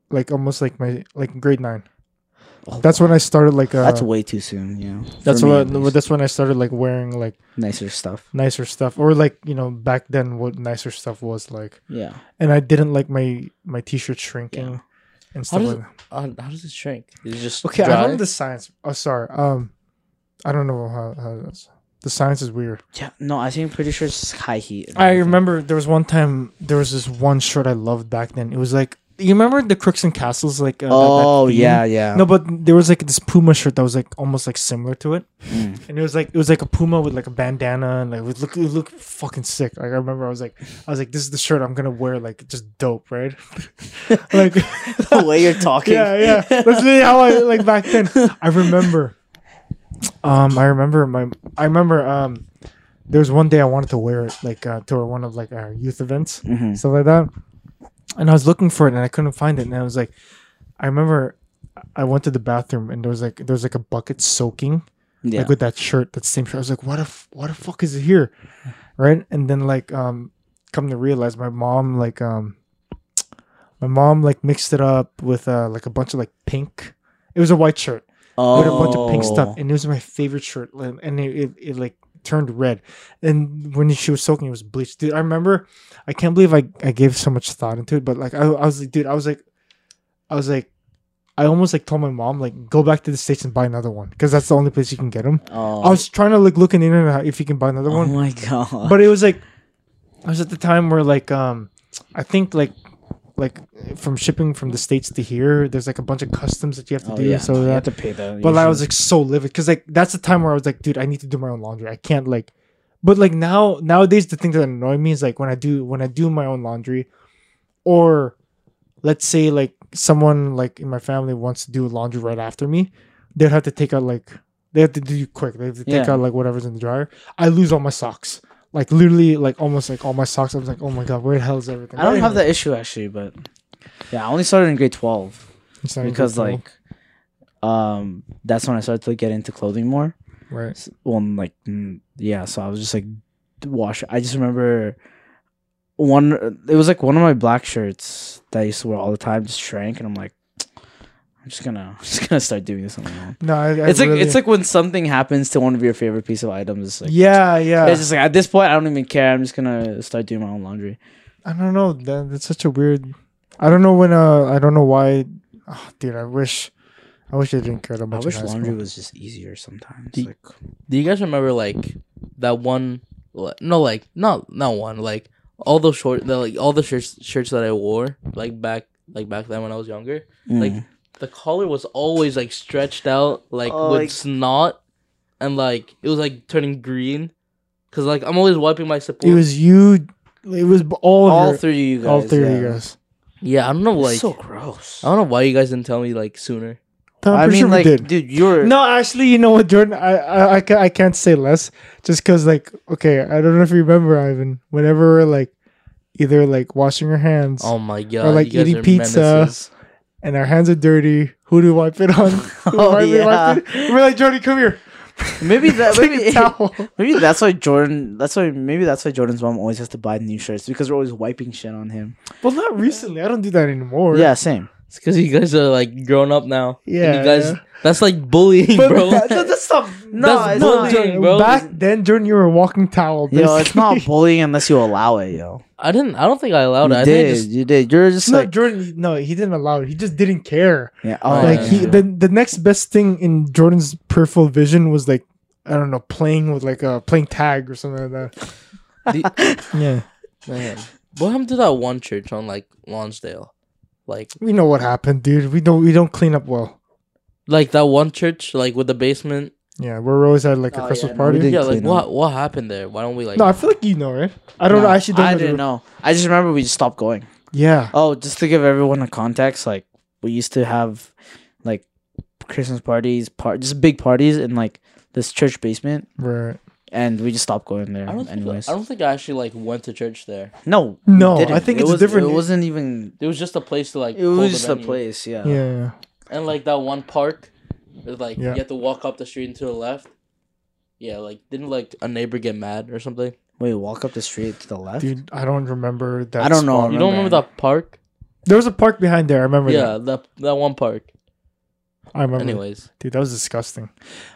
[SPEAKER 2] like almost like my like grade nine.
[SPEAKER 1] Oh,
[SPEAKER 2] That's when I started like uh,
[SPEAKER 1] That's way too soon. You know.
[SPEAKER 2] that's
[SPEAKER 1] For me,
[SPEAKER 2] what
[SPEAKER 1] at least.
[SPEAKER 2] that's when I started like wearing like
[SPEAKER 1] nicer stuff.
[SPEAKER 2] nicer stuff or like you know back then what nicer stuff was like
[SPEAKER 1] Yeah.
[SPEAKER 2] and I didn't like my my t-shirt shrinking
[SPEAKER 3] Yeah.
[SPEAKER 2] and stuff
[SPEAKER 3] does
[SPEAKER 2] like that.
[SPEAKER 3] Uh, how does it shrink? It's just
[SPEAKER 2] Okay, I
[SPEAKER 3] dry?
[SPEAKER 2] don't know the science. Oh, sorry. Um, I don't know how, how that's, the science is weird.
[SPEAKER 1] Yeah. No, I think pretty sure it's just high heat. and
[SPEAKER 2] I
[SPEAKER 1] everything.
[SPEAKER 2] remember there was one time there was this one shirt I loved back then. It was like you remember the Crooks and Castles like uh, that- that
[SPEAKER 1] Oh
[SPEAKER 2] theme?
[SPEAKER 1] yeah, yeah.
[SPEAKER 2] No, but there was like this Puma shirt that was like almost like similar to it,
[SPEAKER 1] Mm.
[SPEAKER 2] and it was like it was like a Puma with like a bandana and like it look it looked fucking sick. Like I remember I was like I was like this is the shirt I'm gonna wear like just dope, right? [LAUGHS] like
[SPEAKER 1] [LAUGHS] the way you're talking.
[SPEAKER 2] [LAUGHS] yeah, yeah.
[SPEAKER 1] [LAUGHS]
[SPEAKER 2] That's really how I like back then. I remember. Um, I remember my. I remember. Um, there was one day I wanted to wear it, like uh, to one of like our youth events,
[SPEAKER 1] Mhm.
[SPEAKER 2] stuff like that. And I was looking for it, and I couldn't find it. And I was like, I remember, I went to the bathroom, and there was like there was like a bucket soaking
[SPEAKER 1] Yeah.
[SPEAKER 2] like with that shirt, that same shirt. I was like, what if what the fuck is it here? Right? And then like um come to realize my mom like um my mom like mixed it up with uh like a bunch of like pink. It was a white shirt
[SPEAKER 1] oh.
[SPEAKER 2] with a bunch of pink stuff and it was my favorite shirt and and it, it, it like turned red and when she was soaking it was bleached dude i remember i can't believe i, I gave so much thought into it but like I, I was like dude i was like i was like i almost like told my mom like go back to the states and buy another one because that's the only place you can get them
[SPEAKER 1] Oh.
[SPEAKER 2] I was trying to like look in the internet how- if you can buy another
[SPEAKER 1] Oh
[SPEAKER 2] one,
[SPEAKER 1] my god.
[SPEAKER 2] [LAUGHS] but it was like I was at the time where like um I think like like from shipping from the states to here, there's like a bunch of customs that you have to
[SPEAKER 1] Oh,
[SPEAKER 2] do.
[SPEAKER 1] yeah.
[SPEAKER 2] So
[SPEAKER 1] you have
[SPEAKER 2] that,
[SPEAKER 1] to pay that.
[SPEAKER 2] but I was like so livid because like that's the time where I was like, dude, I need to do my own laundry. I can't like, but like now nowadays the thing that annoys me is like when I do when I do my own laundry, or let's say like someone like in my family wants to do laundry right after me, they'd have to take out like they have to do quick. They have to take
[SPEAKER 1] Yeah.
[SPEAKER 2] out like whatever's in the dryer. I lose all my socks. Like literally, like almost like all my socks. I was like, oh my god, where the hell is everything?
[SPEAKER 1] I don't have that issue actually, but yeah, I only started in grade twelve
[SPEAKER 2] It's not even
[SPEAKER 1] because
[SPEAKER 2] cool.
[SPEAKER 1] like, um, that's when I started to get into clothing more.
[SPEAKER 2] right.
[SPEAKER 1] S- Well, and, like mm, yeah, so I was just like d- wash. I just remember one. It was like one of my black shirts that I used to wear all the time just shrank, and I'm like, I'm just gonna [LAUGHS] I'm just gonna start doing this on my own.
[SPEAKER 2] No, I, I
[SPEAKER 1] It's like
[SPEAKER 2] really-
[SPEAKER 1] it's like when something happens to one of your favorite piece of items. It's like
[SPEAKER 2] yeah, yeah.
[SPEAKER 1] It's just like at this point, I don't even care. I'm just gonna start doing my own laundry.
[SPEAKER 2] I don't know. That, that's such a weird. I don't know when. Uh, I don't know why. Ah, dude, I wish. I wish I didn't care that
[SPEAKER 1] I
[SPEAKER 2] much. in
[SPEAKER 1] wish
[SPEAKER 2] high
[SPEAKER 1] laundry
[SPEAKER 2] school.
[SPEAKER 1] was just easier sometimes.
[SPEAKER 3] Do-
[SPEAKER 1] like,
[SPEAKER 3] Do you guys remember like that one? li- No, like not not one. Like all those short, the, like all the shirts shirts that I wore like back like back then when I was younger.
[SPEAKER 2] Mm.
[SPEAKER 3] Like the collar was always like stretched out, like
[SPEAKER 1] Oh,
[SPEAKER 3] with
[SPEAKER 1] like-
[SPEAKER 3] snot, and like it was like turning green. Cause like I'm always wiping my support.
[SPEAKER 2] It was you. It was b- all of
[SPEAKER 1] all
[SPEAKER 2] your-
[SPEAKER 1] three of you guys.
[SPEAKER 2] all three
[SPEAKER 1] yeah.
[SPEAKER 2] of you guys.
[SPEAKER 3] Yeah, I don't know. Like,
[SPEAKER 1] so gross.
[SPEAKER 3] I don't know why you guys didn't tell me like sooner.
[SPEAKER 2] I'm
[SPEAKER 1] I
[SPEAKER 2] pretty
[SPEAKER 1] mean,
[SPEAKER 2] sure
[SPEAKER 1] like,
[SPEAKER 2] we did.
[SPEAKER 1] dude, you're
[SPEAKER 2] No, actually, you know what, Jordan? I I, I, ca- I can't say less just because, like, okay, I don't know if you remember, Ivan, whenever we're like either like washing our hands
[SPEAKER 3] Oh my god!
[SPEAKER 2] like,
[SPEAKER 3] you guys
[SPEAKER 2] eating
[SPEAKER 3] are
[SPEAKER 2] pizza.
[SPEAKER 3] menaces.
[SPEAKER 2] and our hands are dirty, who do we wipe it on? [LAUGHS] Who do we
[SPEAKER 1] [LAUGHS] Oh,
[SPEAKER 2] wipe it-
[SPEAKER 1] yeah.
[SPEAKER 2] wipe it? We're like, Jordan, come here.
[SPEAKER 1] maybe that
[SPEAKER 2] [LAUGHS] Take a
[SPEAKER 1] maybe, [LAUGHS]
[SPEAKER 2] towel.
[SPEAKER 1] maybe that's why Jordan. That's why maybe that's why Jordan's mom always has to buy new shirts because we're always wiping shit on him.
[SPEAKER 2] well, not recently. I don't do that anymore.
[SPEAKER 1] yeah, same.
[SPEAKER 3] It's because you guys are like grown up now. And
[SPEAKER 2] Yeah,
[SPEAKER 3] you guys.
[SPEAKER 2] yeah.
[SPEAKER 3] That's like bullying,
[SPEAKER 1] [LAUGHS]
[SPEAKER 2] But
[SPEAKER 3] bro.
[SPEAKER 2] that- that- that's not.
[SPEAKER 1] No,
[SPEAKER 3] That's
[SPEAKER 1] it's
[SPEAKER 2] No,
[SPEAKER 1] not.
[SPEAKER 3] bullying.
[SPEAKER 2] Jordan,
[SPEAKER 3] bro.
[SPEAKER 2] back then, Jordan, you were a walking towel. Basically.
[SPEAKER 1] Yo,
[SPEAKER 2] [LAUGHS]
[SPEAKER 1] it's not bullying unless you allow it, yo.
[SPEAKER 3] [LAUGHS] I didn't. I don't think I allowed
[SPEAKER 1] you
[SPEAKER 3] it. I
[SPEAKER 1] did,
[SPEAKER 3] think I just
[SPEAKER 1] you did. You're just
[SPEAKER 2] no,
[SPEAKER 1] like,
[SPEAKER 2] Jordan. No, he didn't allow it. He just didn't care.
[SPEAKER 1] yeah, oh,
[SPEAKER 2] like
[SPEAKER 1] yeah,
[SPEAKER 2] he,
[SPEAKER 1] yeah. [LAUGHS]
[SPEAKER 2] the the next best thing in Jordan's peripheral vision was like I don't know playing with like a playing tag or something like that. yeah,
[SPEAKER 3] Man, what happened to that one church on like Lonsdale? Like,
[SPEAKER 2] we know what happened, dude. We don't we don't clean up well.
[SPEAKER 3] like that one church, like with the basement.
[SPEAKER 2] Yeah, we're always at like a
[SPEAKER 1] Oh,
[SPEAKER 2] Christmas
[SPEAKER 1] yeah, no, we
[SPEAKER 2] party.
[SPEAKER 1] didn't
[SPEAKER 3] Yeah, like
[SPEAKER 1] clean
[SPEAKER 3] what what happened there? Why don't we like?
[SPEAKER 2] No, I feel like you know, right? I don't know. I actually don't
[SPEAKER 1] I
[SPEAKER 2] know. the-
[SPEAKER 1] didn't know. I just remember we just stopped going.
[SPEAKER 2] Yeah,
[SPEAKER 1] Oh, just to give everyone a context, like we used to have like Christmas parties, part just big parties in like this church basement,
[SPEAKER 2] right.
[SPEAKER 1] and we just stopped going there.
[SPEAKER 3] I don't think
[SPEAKER 1] Anyways,
[SPEAKER 3] I don't think I actually like went to church there.
[SPEAKER 1] no,
[SPEAKER 2] No,
[SPEAKER 1] we didn't.
[SPEAKER 2] I think
[SPEAKER 1] It
[SPEAKER 2] it's
[SPEAKER 1] was-
[SPEAKER 2] different.
[SPEAKER 1] It wasn't even.
[SPEAKER 3] It was just a place to like.
[SPEAKER 1] It
[SPEAKER 3] hold
[SPEAKER 1] was
[SPEAKER 3] the
[SPEAKER 1] just a
[SPEAKER 3] venue.
[SPEAKER 1] place, yeah.
[SPEAKER 2] Yeah,
[SPEAKER 3] And like that one park, it, like
[SPEAKER 2] Yeah.
[SPEAKER 3] you have to walk up the street and to the left. Yeah, like didn't like a neighbor get mad or something?
[SPEAKER 1] Wait, walk up the street to the left.
[SPEAKER 2] dude, I don't remember that.
[SPEAKER 1] I don't know.
[SPEAKER 2] spot.
[SPEAKER 3] You don't remember that park?
[SPEAKER 2] There was a park behind there. I remember.
[SPEAKER 3] Yeah,
[SPEAKER 2] Yeah,
[SPEAKER 3] that that one park.
[SPEAKER 2] I remember. Anyway,
[SPEAKER 3] Anyways,
[SPEAKER 2] dude, that was disgusting.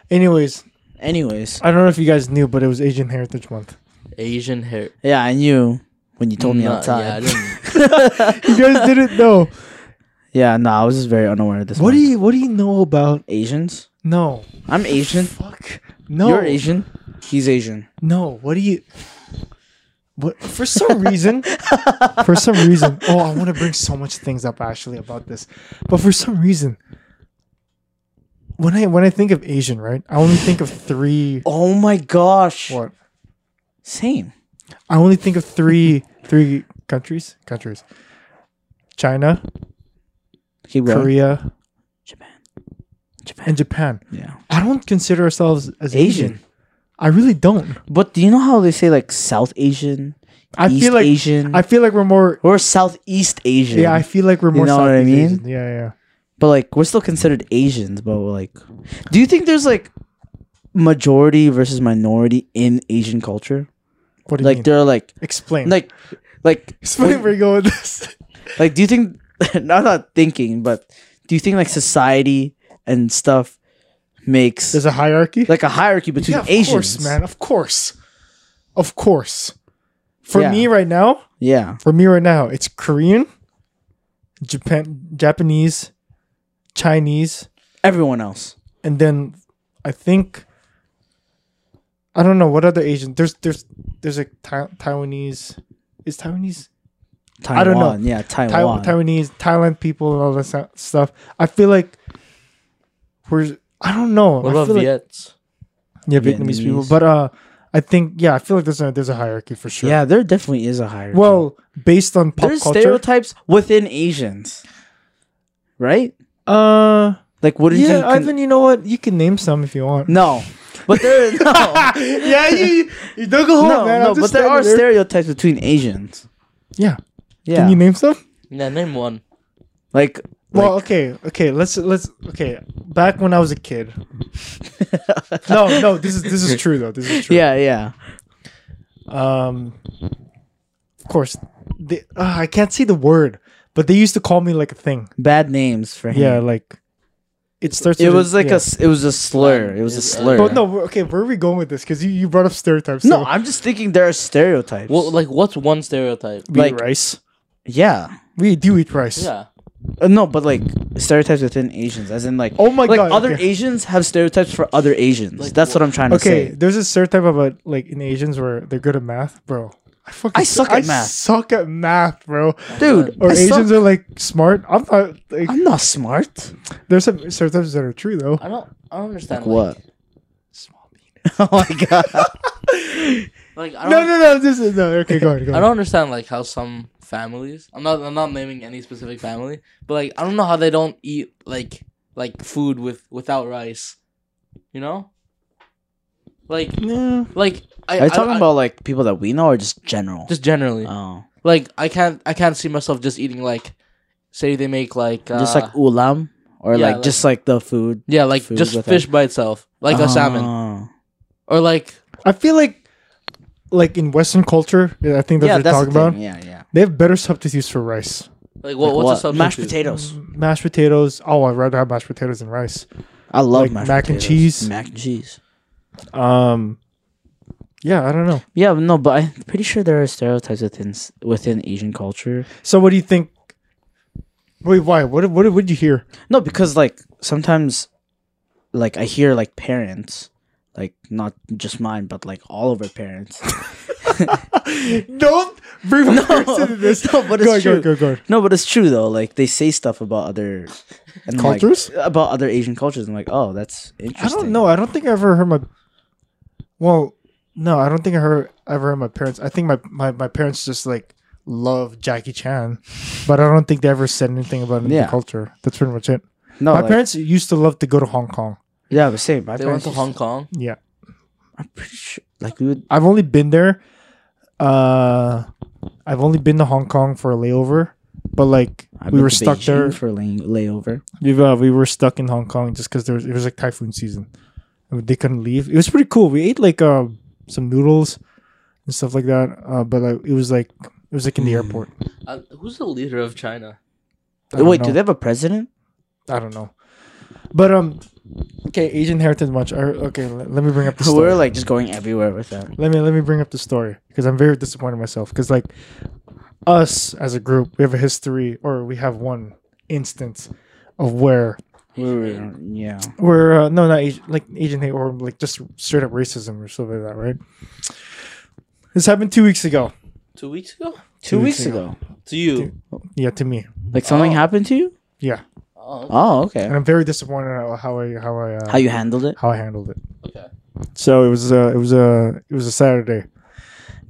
[SPEAKER 2] Anyways,
[SPEAKER 1] Anyways,
[SPEAKER 2] I don't know if you guys knew, but it was Asian Heritage Month.
[SPEAKER 3] Asian hair.
[SPEAKER 1] yeah, I knew when you told me
[SPEAKER 3] Nah, Yeah, I
[SPEAKER 1] outside.
[SPEAKER 3] didn't.
[SPEAKER 2] [LAUGHS] You guys didn't know.
[SPEAKER 1] [LAUGHS] Yeah, no, I was just very unaware of this.
[SPEAKER 2] What do
[SPEAKER 1] one.
[SPEAKER 2] you What do you know about?
[SPEAKER 1] Asians?
[SPEAKER 2] No,
[SPEAKER 1] I'm Asian.
[SPEAKER 2] Fuck. No.
[SPEAKER 1] You're Asian. He's Asian.
[SPEAKER 2] No. What do you? What for [LAUGHS] some reason? for some reason. Oh, I want to bring so much things up actually about this, but for some reason, when I when I think of Asian, right, I only think of three.
[SPEAKER 1] Oh my gosh.
[SPEAKER 2] What?
[SPEAKER 1] Same.
[SPEAKER 2] I only think of three three countries countries. China,
[SPEAKER 1] Keep going.
[SPEAKER 2] Korea,
[SPEAKER 1] Japan.
[SPEAKER 2] and Japan.
[SPEAKER 1] Yeah.
[SPEAKER 2] I don't consider ourselves as Asian.
[SPEAKER 1] Asian.
[SPEAKER 2] I really don't.
[SPEAKER 1] But do you know how they say like South Asian?
[SPEAKER 2] I
[SPEAKER 1] East
[SPEAKER 2] feel like
[SPEAKER 1] Asian.
[SPEAKER 2] I feel like we're more.
[SPEAKER 1] we're Southeast Asian.
[SPEAKER 2] Yeah, I feel like we're
[SPEAKER 1] You
[SPEAKER 2] more.
[SPEAKER 1] know what I
[SPEAKER 2] Southeast
[SPEAKER 1] mean?
[SPEAKER 2] Asian. Yeah, yeah.
[SPEAKER 1] but like we're still considered Asians, but we're like do you think there's like majority versus minority in Asian culture?
[SPEAKER 2] What do you
[SPEAKER 1] Like
[SPEAKER 2] mean?
[SPEAKER 1] they're like
[SPEAKER 2] Explain.
[SPEAKER 1] like like
[SPEAKER 2] [LAUGHS] explain where you go with
[SPEAKER 1] [LAUGHS]
[SPEAKER 2] this.
[SPEAKER 1] like do you think [LAUGHS] I'm not thinking, but do you think like society and stuff makes
[SPEAKER 2] There's a hierarchy.
[SPEAKER 1] like a hierarchy between
[SPEAKER 2] yeah, of
[SPEAKER 1] Asians?
[SPEAKER 2] course, man. Of course, of course. For
[SPEAKER 1] Yeah.
[SPEAKER 2] me right now,
[SPEAKER 1] Yeah.
[SPEAKER 2] for me right now, it's Korean, Japan, Japanese, Chinese,
[SPEAKER 1] Everyone else.
[SPEAKER 2] and then I think I don't know what other Asian. There's there's there's like Thai- Taiwanese. Is Taiwanese
[SPEAKER 1] Taiwan.
[SPEAKER 2] I don't know.
[SPEAKER 1] Yeah,
[SPEAKER 2] Thai-
[SPEAKER 1] Taiwan.
[SPEAKER 2] Taiwanese, Thailand people, and all that stu- stuff. I feel like we're. I don't know.
[SPEAKER 3] What
[SPEAKER 2] I
[SPEAKER 3] about
[SPEAKER 2] feel like-
[SPEAKER 3] Viets?
[SPEAKER 2] yeah, Vietnamese, people,
[SPEAKER 1] Vietnamese?
[SPEAKER 2] but uh, I think yeah, I feel like there's a there's a hierarchy for sure.
[SPEAKER 1] Yeah, there definitely is a hierarchy.
[SPEAKER 2] Well, based on pop
[SPEAKER 1] there's
[SPEAKER 2] culture,
[SPEAKER 1] stereotypes within Asians, right?
[SPEAKER 2] uh,
[SPEAKER 1] Like, wouldn't
[SPEAKER 2] yeah,
[SPEAKER 1] you? con-
[SPEAKER 2] Ivan, you know what? You can name some if you want.
[SPEAKER 1] no, but
[SPEAKER 2] [LAUGHS]
[SPEAKER 1] there no,
[SPEAKER 2] yeah, you you don't go home,
[SPEAKER 1] [LAUGHS] no,
[SPEAKER 2] man.
[SPEAKER 1] no
[SPEAKER 2] I'm
[SPEAKER 1] but
[SPEAKER 2] just
[SPEAKER 1] there
[SPEAKER 2] standing
[SPEAKER 1] are stereotypes between Asians.
[SPEAKER 2] Yeah.
[SPEAKER 1] Yeah,
[SPEAKER 2] Can you name some?
[SPEAKER 3] Yeah, name one.
[SPEAKER 1] like
[SPEAKER 2] Well, okay, okay. Let's let's okay. Back when I was a kid.
[SPEAKER 1] [LAUGHS]
[SPEAKER 2] no, no. This is this is true though. This is true.
[SPEAKER 1] yeah, yeah.
[SPEAKER 2] um of course they, uh, i can't say the word but they used to call me like a thing
[SPEAKER 1] Bad names for him.
[SPEAKER 2] yeah like it starts
[SPEAKER 1] Mm-hmm. it
[SPEAKER 2] with
[SPEAKER 1] was like
[SPEAKER 2] yeah.
[SPEAKER 1] a s- it was a slur. It was a
[SPEAKER 3] Is-
[SPEAKER 1] slur.
[SPEAKER 2] but no we're- okay where are we going with this because you, you brought up stereotypes
[SPEAKER 1] no,
[SPEAKER 2] so-
[SPEAKER 1] I'm just thinking there are stereotypes.
[SPEAKER 3] Well, like what's one stereotype?
[SPEAKER 2] we
[SPEAKER 1] like-
[SPEAKER 2] eat rice
[SPEAKER 1] yeah,
[SPEAKER 2] we do eat rice
[SPEAKER 3] Yeah.
[SPEAKER 1] Uh, no, but like stereotypes within Asians, as in like
[SPEAKER 2] oh my
[SPEAKER 1] like
[SPEAKER 2] god
[SPEAKER 1] other
[SPEAKER 2] okay.
[SPEAKER 1] Asians have stereotypes for other Asians.
[SPEAKER 3] Like
[SPEAKER 1] That's
[SPEAKER 3] what?
[SPEAKER 1] what I'm trying to
[SPEAKER 2] okay
[SPEAKER 1] say.
[SPEAKER 2] there's a stereotype about like in asians where they're good at math bro i fucking
[SPEAKER 1] I suck at math.
[SPEAKER 2] suck at math bro
[SPEAKER 1] Dude,
[SPEAKER 2] or
[SPEAKER 1] I suck-
[SPEAKER 2] asians are like smart i'm not like
[SPEAKER 1] I'm not [LAUGHS] smart.
[SPEAKER 2] there's some stereotypes that are true though
[SPEAKER 3] I don't. I don't
[SPEAKER 1] Like
[SPEAKER 3] understand.
[SPEAKER 1] what?
[SPEAKER 3] Small penis.
[SPEAKER 1] oh my god.
[SPEAKER 3] Like I
[SPEAKER 2] No,
[SPEAKER 3] don't,
[SPEAKER 2] no, no. This is no. Okay, go ahead. Go
[SPEAKER 3] I
[SPEAKER 2] ahead.
[SPEAKER 3] don't understand like how some families. I'm not. I'm not naming any specific family, but like I don't know how they don't eat like like food with without rice. You know.
[SPEAKER 2] [LAUGHS]
[SPEAKER 3] Like
[SPEAKER 2] No.
[SPEAKER 3] like I.
[SPEAKER 1] Are
[SPEAKER 3] I-
[SPEAKER 1] you talking
[SPEAKER 3] I-
[SPEAKER 1] about like people that we know or just general?
[SPEAKER 3] just generally?
[SPEAKER 1] oh,
[SPEAKER 3] like I can't. I can't see myself just eating like, say they make like uh,
[SPEAKER 1] just like ulam or
[SPEAKER 3] yeah,
[SPEAKER 1] like,
[SPEAKER 3] like-
[SPEAKER 1] just like the food,
[SPEAKER 3] yeah like
[SPEAKER 1] food
[SPEAKER 3] just
[SPEAKER 1] with
[SPEAKER 3] fish by itself like a salmon
[SPEAKER 1] Oh.
[SPEAKER 3] or like
[SPEAKER 2] I feel like, like in Western culture, I think that's
[SPEAKER 1] Yeah,
[SPEAKER 2] what they're
[SPEAKER 1] that's
[SPEAKER 2] talking
[SPEAKER 1] the thing. Yeah,
[SPEAKER 2] about.
[SPEAKER 1] yeah.
[SPEAKER 2] They have better substitutes for rice. Um,
[SPEAKER 3] like what
[SPEAKER 1] Like
[SPEAKER 3] what's a
[SPEAKER 1] what?
[SPEAKER 3] substitute?
[SPEAKER 1] mashed potatoes?
[SPEAKER 2] Mashed potatoes. Oh, I'd rather have mashed potatoes than rice.
[SPEAKER 1] I love
[SPEAKER 2] Like
[SPEAKER 1] mashed
[SPEAKER 2] mac and
[SPEAKER 1] potatoes.
[SPEAKER 2] cheese?
[SPEAKER 1] Mac and cheese.
[SPEAKER 2] Um, yeah, I don't know.
[SPEAKER 1] Yeah, no, but I'm pretty sure there are stereotypes within s- within Asian culture.
[SPEAKER 2] So, what do you think? Wait, why? What? What would you hear?
[SPEAKER 1] No, because like sometimes, like I hear like parents, like not just mine, but like all of our parents.
[SPEAKER 2] Don't
[SPEAKER 1] [LAUGHS]
[SPEAKER 2] bring my parents into this.
[SPEAKER 1] no, but
[SPEAKER 2] go,
[SPEAKER 1] it's true.
[SPEAKER 2] go, go, go.
[SPEAKER 1] No, but it's true though. Like they say stuff about other and, like,
[SPEAKER 2] Cultures?
[SPEAKER 1] about other Asian cultures. I'm like, oh, that's
[SPEAKER 2] I
[SPEAKER 1] interesting.
[SPEAKER 2] don't know. I don't think I ever heard my. Well, no, I don't think I heard ever heard my parents. I think my my, my parents just like love Jackie Chan, but I don't think they ever said anything about any
[SPEAKER 1] Yeah.
[SPEAKER 2] culture. That's pretty much it.
[SPEAKER 1] No,
[SPEAKER 2] my
[SPEAKER 1] like-
[SPEAKER 2] parents used to love to go to Hong Kong.
[SPEAKER 1] Yeah, but same. My
[SPEAKER 3] They went
[SPEAKER 1] parents
[SPEAKER 3] to
[SPEAKER 1] used
[SPEAKER 3] Hong Kong.
[SPEAKER 2] Yeah,
[SPEAKER 1] I'm pretty sure. Like we would.
[SPEAKER 2] I've only been there. Uh, I've only been to Hong Kong for a layover, but like
[SPEAKER 1] I've
[SPEAKER 2] we
[SPEAKER 1] been
[SPEAKER 2] were
[SPEAKER 1] to
[SPEAKER 2] stuck
[SPEAKER 1] Beijing
[SPEAKER 2] there.
[SPEAKER 1] for lay- layover.
[SPEAKER 2] We've, uh, we were stuck in Hong Kong just because there was it was like typhoon season. And They couldn't leave. It was pretty cool. We ate like uh, some noodles and stuff like that. Uh, but like it was like it was
[SPEAKER 1] Hmm.
[SPEAKER 2] like in the airport.
[SPEAKER 3] Uh, who's the leader of China?
[SPEAKER 2] I don't
[SPEAKER 1] Wait,
[SPEAKER 2] know.
[SPEAKER 1] do they have a
[SPEAKER 2] [LAUGHS]
[SPEAKER 1] president?
[SPEAKER 2] I don't know. But um, okay, Asian heritage much. I, okay, let, let me bring up the story.
[SPEAKER 1] [LAUGHS] We're like just going everywhere with them.
[SPEAKER 2] let me let me bring up the story because I'm very disappointed in myself because like us as a group we have a history or we have one instance of where
[SPEAKER 1] We were, yeah.
[SPEAKER 2] We're uh, no, not Asian, like Asian hate or like just straight up racism or stuff like that, right? This happened two weeks ago.
[SPEAKER 3] Two weeks ago.
[SPEAKER 1] Two, weeks, ago.
[SPEAKER 3] To you.
[SPEAKER 2] Yeah, to me.
[SPEAKER 1] Like something
[SPEAKER 3] Oh.
[SPEAKER 1] happened to you?
[SPEAKER 2] Yeah,
[SPEAKER 3] Oh,
[SPEAKER 1] Oh,
[SPEAKER 2] and
[SPEAKER 1] okay.
[SPEAKER 2] I'm very disappointed at how I how I uh,
[SPEAKER 1] How you handled it?
[SPEAKER 2] how I handled it.
[SPEAKER 3] okay.
[SPEAKER 2] So it was uh, it was a uh, it was a Saturday,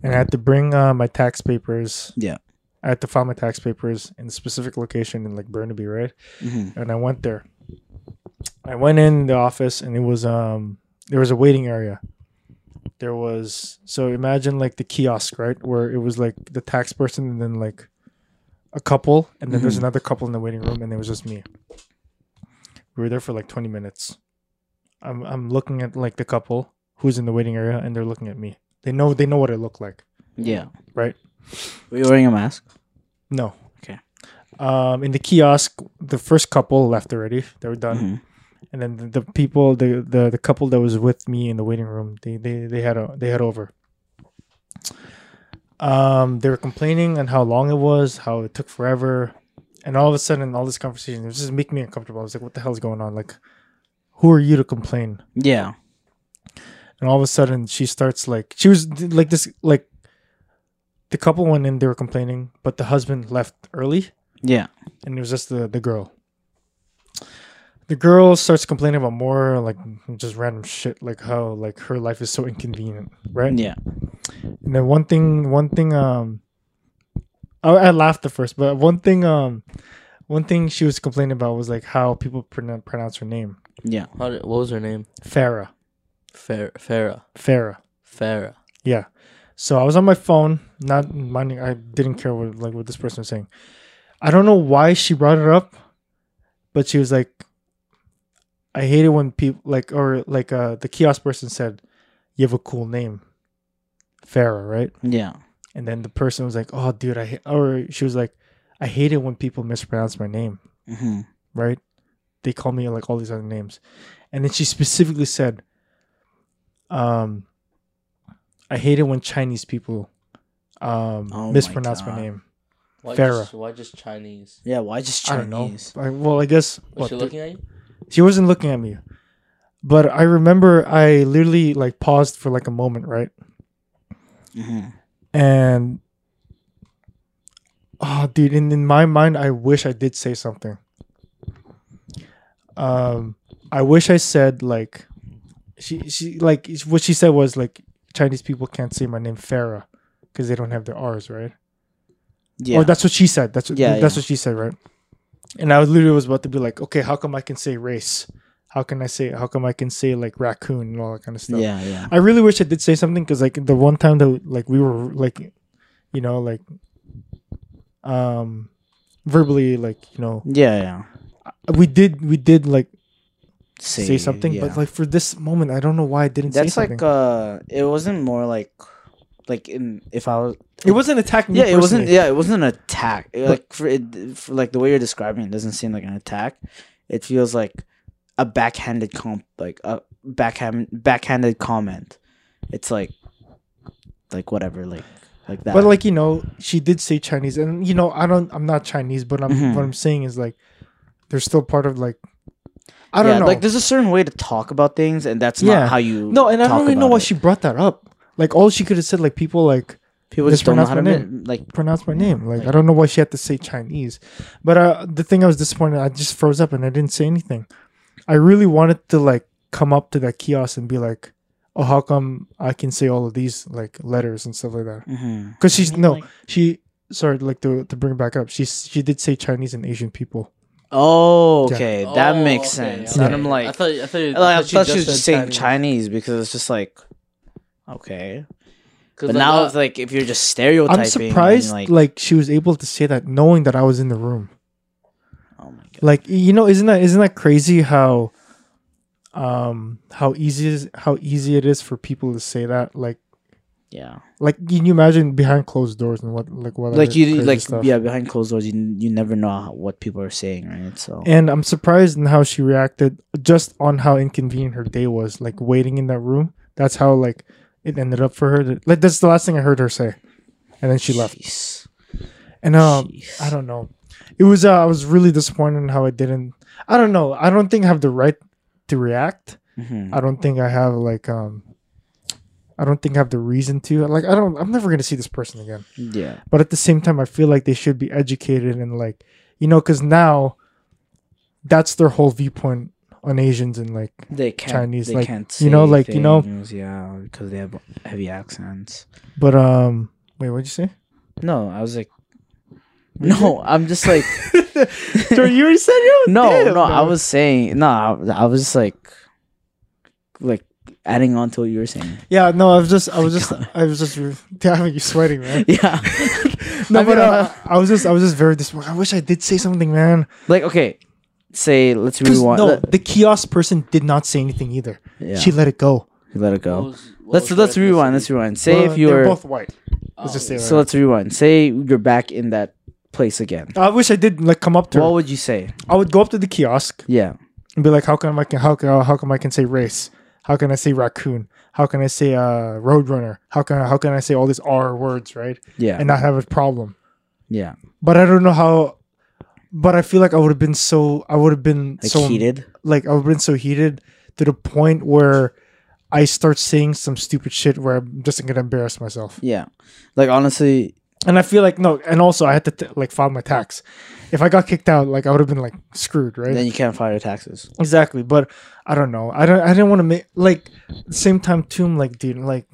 [SPEAKER 2] and I had to bring uh, my tax papers.
[SPEAKER 1] Yeah.
[SPEAKER 2] I had to file my tax papers in a specific location in like Burnaby, right?
[SPEAKER 1] Mhm.
[SPEAKER 2] And I went there. I went in the office and it was um there was a waiting area. There was so imagine like the kiosk, right? Where it was like the tax person and then like a couple and then there's
[SPEAKER 1] Mhm.
[SPEAKER 2] another couple in the waiting room and it was just me. We were there for like 20 minutes. I'm I'm looking at like the couple who's in the waiting area and they're looking at me. They know they know what I look like.
[SPEAKER 1] Yeah.
[SPEAKER 2] Right.
[SPEAKER 1] Were you wearing a mask?
[SPEAKER 2] No.
[SPEAKER 1] Okay.
[SPEAKER 2] Um, in the kiosk, the first couple left already. They were done,
[SPEAKER 1] Mhm.
[SPEAKER 2] and then the, the people, the, the the couple that was with me in the waiting room, they they they had a they had over. Um, they were complaining on how long it was, how it took forever, and all of a sudden, all this conversation it was just making me uncomfortable. I was like, "What the hell is going on? Like, who are you to complain?"
[SPEAKER 1] Yeah.
[SPEAKER 2] and all of a sudden she starts like she was d- like this like the couple went in they were complaining but the husband left early
[SPEAKER 1] Yeah.
[SPEAKER 2] and it was just the the girl the girl starts complaining about more like just random shit like how like her life is so inconvenient right
[SPEAKER 1] Yeah.
[SPEAKER 2] and then one thing one thing um I, I laughed at first but one thing um one thing she was complaining about was like how people pronoun pronounce her name
[SPEAKER 1] Yeah.
[SPEAKER 3] How did, what was her name?
[SPEAKER 2] farah
[SPEAKER 3] Farah. Farah.
[SPEAKER 2] farah
[SPEAKER 3] Farah.
[SPEAKER 2] Yeah. So I was on my phone, not minding. I didn't care what like what this person was saying. I don't know why she brought it up, but she was like, "I hate it when people like or like uh the kiosk person said, you have a cool name, Farah, right?"
[SPEAKER 1] Yeah.
[SPEAKER 2] And then the person was like, "Oh, dude, I hate," or she was like, "I hate it when people mispronounce my name,
[SPEAKER 1] hmm
[SPEAKER 2] right? They call me like all these other names," and then she specifically said, "Um, I hate it when Chinese people um
[SPEAKER 1] Oh my
[SPEAKER 2] mispronounce my,
[SPEAKER 1] God.
[SPEAKER 2] name.
[SPEAKER 3] Why
[SPEAKER 2] Farah.
[SPEAKER 3] Just, why just Chinese?
[SPEAKER 1] Yeah. Why just
[SPEAKER 2] I don't know.
[SPEAKER 1] Chinese?
[SPEAKER 2] I, well, I guess
[SPEAKER 3] Was
[SPEAKER 2] what,
[SPEAKER 3] she
[SPEAKER 2] the-
[SPEAKER 3] looking at you?
[SPEAKER 2] she wasn't looking at me, but I remember I literally like paused for like a moment, right?
[SPEAKER 1] Mhm.
[SPEAKER 2] And oh, dude, in, in my mind, I wish I did say something. Um, I wish I said like, she she like what she said was like, Chinese people can't say my name Farah because they don't have their R's, right?
[SPEAKER 1] Yeah.
[SPEAKER 2] Or that's what she said. That's what,
[SPEAKER 1] Yeah,
[SPEAKER 2] that's
[SPEAKER 1] yeah.
[SPEAKER 2] what she said, right? And I was literally was about to be like, okay, how come I can say race? How can I say? How come I can say like raccoon and all that kind of stuff?
[SPEAKER 1] yeah, yeah.
[SPEAKER 2] I really wish I did say something because like the one time that like we were like, you know, like, um, verbally like you know
[SPEAKER 1] Yeah, yeah.
[SPEAKER 2] we did we did like say, something, but like for this moment, I don't know why I didn't
[SPEAKER 1] that's
[SPEAKER 2] say something.
[SPEAKER 1] like uh it wasn't more like like in if I was
[SPEAKER 2] it wasn't attacking. me
[SPEAKER 1] yeah, it wasn't
[SPEAKER 2] personally.
[SPEAKER 1] yeah, it wasn't an attack. It, like for, it, for like the way you're describing it doesn't seem like an attack. It feels like a backhanded comp like a backhand backhanded comment. It's like like whatever like like that.
[SPEAKER 2] But like you know, she did say Chinese, and you know, I don't. I'm not Chinese, but I'm
[SPEAKER 1] Mhm.
[SPEAKER 2] what I'm saying is like, they're still part of like, I don't
[SPEAKER 1] yeah,
[SPEAKER 2] know.
[SPEAKER 1] Like there's a certain way to talk about things and that's
[SPEAKER 2] Yeah.
[SPEAKER 1] not how you
[SPEAKER 2] no, and I
[SPEAKER 1] talk
[SPEAKER 2] don't really know
[SPEAKER 1] about
[SPEAKER 2] why
[SPEAKER 1] it.
[SPEAKER 2] she brought that up. Like all she could have said, like people like
[SPEAKER 1] people just don't know how to
[SPEAKER 2] mispronounced my
[SPEAKER 1] min- like
[SPEAKER 2] pronounce my name. Like
[SPEAKER 1] Like-
[SPEAKER 2] I don't know why she had to say Chinese. But uh, the thing I was disappointed, I just froze up and I didn't say anything. I really wanted to like come up to that kiosk and be like, oh, how come I can say all of these like letters and stuff like that?
[SPEAKER 1] mhm.
[SPEAKER 2] Because she's
[SPEAKER 1] I mean,
[SPEAKER 2] no,
[SPEAKER 1] like-
[SPEAKER 2] she sorry, like to to bring it back up. She she did say Chinese and Asian people.
[SPEAKER 1] Oh,
[SPEAKER 2] Yeah.
[SPEAKER 1] okay, that
[SPEAKER 3] Oh,
[SPEAKER 1] makes
[SPEAKER 3] okay,
[SPEAKER 1] sense.
[SPEAKER 3] okay.
[SPEAKER 1] And I'm like,
[SPEAKER 3] I thought, I thought,
[SPEAKER 1] I thought, she was
[SPEAKER 3] said
[SPEAKER 1] just saying Chinese because it's just like, okay.
[SPEAKER 3] 'Cause,
[SPEAKER 1] But
[SPEAKER 3] like, uh,
[SPEAKER 1] now
[SPEAKER 3] I-
[SPEAKER 1] it's like if you're just stereotyping,
[SPEAKER 2] I'm
[SPEAKER 1] and,
[SPEAKER 2] surprised
[SPEAKER 1] like,
[SPEAKER 2] like, she was able to say that knowing that I was in the room.
[SPEAKER 1] oh my god,
[SPEAKER 2] Like you know, isn't that isn't that crazy how um how easy is how easy it is for people to say that like
[SPEAKER 1] yeah,
[SPEAKER 2] like can you imagine behind closed doors and what like what
[SPEAKER 1] like
[SPEAKER 2] other
[SPEAKER 1] you
[SPEAKER 2] crazy
[SPEAKER 1] like
[SPEAKER 2] stuff?
[SPEAKER 1] yeah, behind closed doors, you you never know how, what people are saying, right? So
[SPEAKER 2] and i'm surprised in how she reacted just on how inconvenient her day was like waiting in that room that's how like it ended up for her to, like that's the last thing i heard her say and then she left
[SPEAKER 1] Jeez.
[SPEAKER 2] and um
[SPEAKER 1] Jeez.
[SPEAKER 2] I don't know. It was uh, I was really disappointed in how I didn't. I don't know. I don't think I have the right to react.
[SPEAKER 1] Mhm.
[SPEAKER 2] I don't think I have like um. I don't think I have the reason to. Like I don't. I'm never gonna see this person again.
[SPEAKER 1] yeah,
[SPEAKER 2] But at the same time, I feel like they should be educated and like you know because now, that's their whole viewpoint on Asians and like
[SPEAKER 1] they can't.
[SPEAKER 2] Chinese,
[SPEAKER 1] they
[SPEAKER 2] like,
[SPEAKER 1] can't
[SPEAKER 2] you know,
[SPEAKER 1] say
[SPEAKER 2] like, you know-
[SPEAKER 1] things, yeah, because they have heavy accents.
[SPEAKER 2] but um. Wait, what'd you [LAUGHS] say?
[SPEAKER 1] No, I was like, [LAUGHS] no, I'm just
[SPEAKER 2] [LAUGHS]
[SPEAKER 1] like,
[SPEAKER 2] Dude, you already said you.
[SPEAKER 1] [LAUGHS] no, no, I was saying, no, I, I was just like, like adding on to what you were saying. [LAUGHS]
[SPEAKER 2] Yeah, no, I was just, I was
[SPEAKER 1] my
[SPEAKER 2] just,
[SPEAKER 1] God.
[SPEAKER 2] I was just. [LAUGHS] re- Damn, you sweating,
[SPEAKER 1] [LAUGHS]
[SPEAKER 2] man.
[SPEAKER 1] Yeah.
[SPEAKER 2] No,
[SPEAKER 1] I
[SPEAKER 2] but
[SPEAKER 1] mean,
[SPEAKER 2] uh, I was just, I was just very disappointed. I wish I did say something, man.
[SPEAKER 1] Like, okay, say, let's
[SPEAKER 2] 'Cause,
[SPEAKER 1] rewind.
[SPEAKER 2] no,
[SPEAKER 1] let,
[SPEAKER 2] the kiosk person did not say anything either.
[SPEAKER 1] yeah,
[SPEAKER 2] She let it go.
[SPEAKER 1] let it
[SPEAKER 3] What
[SPEAKER 1] go.
[SPEAKER 3] was- what
[SPEAKER 1] Let's
[SPEAKER 3] was
[SPEAKER 1] let's
[SPEAKER 3] your
[SPEAKER 1] rewind. Let's
[SPEAKER 3] ethnicity?
[SPEAKER 1] rewind. Say
[SPEAKER 2] Well,
[SPEAKER 1] if you
[SPEAKER 2] they're
[SPEAKER 1] were
[SPEAKER 2] both white.
[SPEAKER 3] Oh,
[SPEAKER 2] Let's just say
[SPEAKER 1] so. Let's rewind. Say you're back in that place again.
[SPEAKER 2] I wish I did like come up to.
[SPEAKER 1] What
[SPEAKER 2] Her.
[SPEAKER 1] would you say?
[SPEAKER 2] I would go up to the kiosk
[SPEAKER 1] Yeah.
[SPEAKER 2] and be like, "How come I can? How can? How come I can say race? How can I say raccoon? How can I say uh roadrunner? How can? How can I say all these R words right
[SPEAKER 1] Yeah.
[SPEAKER 2] and not have a problem?
[SPEAKER 1] yeah.
[SPEAKER 2] But I don't know how. But I feel like I would have been so. I would have been
[SPEAKER 1] Like
[SPEAKER 2] so
[SPEAKER 1] heated.
[SPEAKER 2] like I've been so heated to the point where I start saying some stupid shit where I'm just gonna embarrass myself.
[SPEAKER 1] Yeah. Like honestly,
[SPEAKER 2] And I feel like no, and also I had to t- like file my tax. If I got kicked out, like I would have been like screwed, right?
[SPEAKER 1] then you can't file your taxes.
[SPEAKER 2] exactly. But I don't know. I don't. I didn't want to make like at the same time too. I'm like, dude, like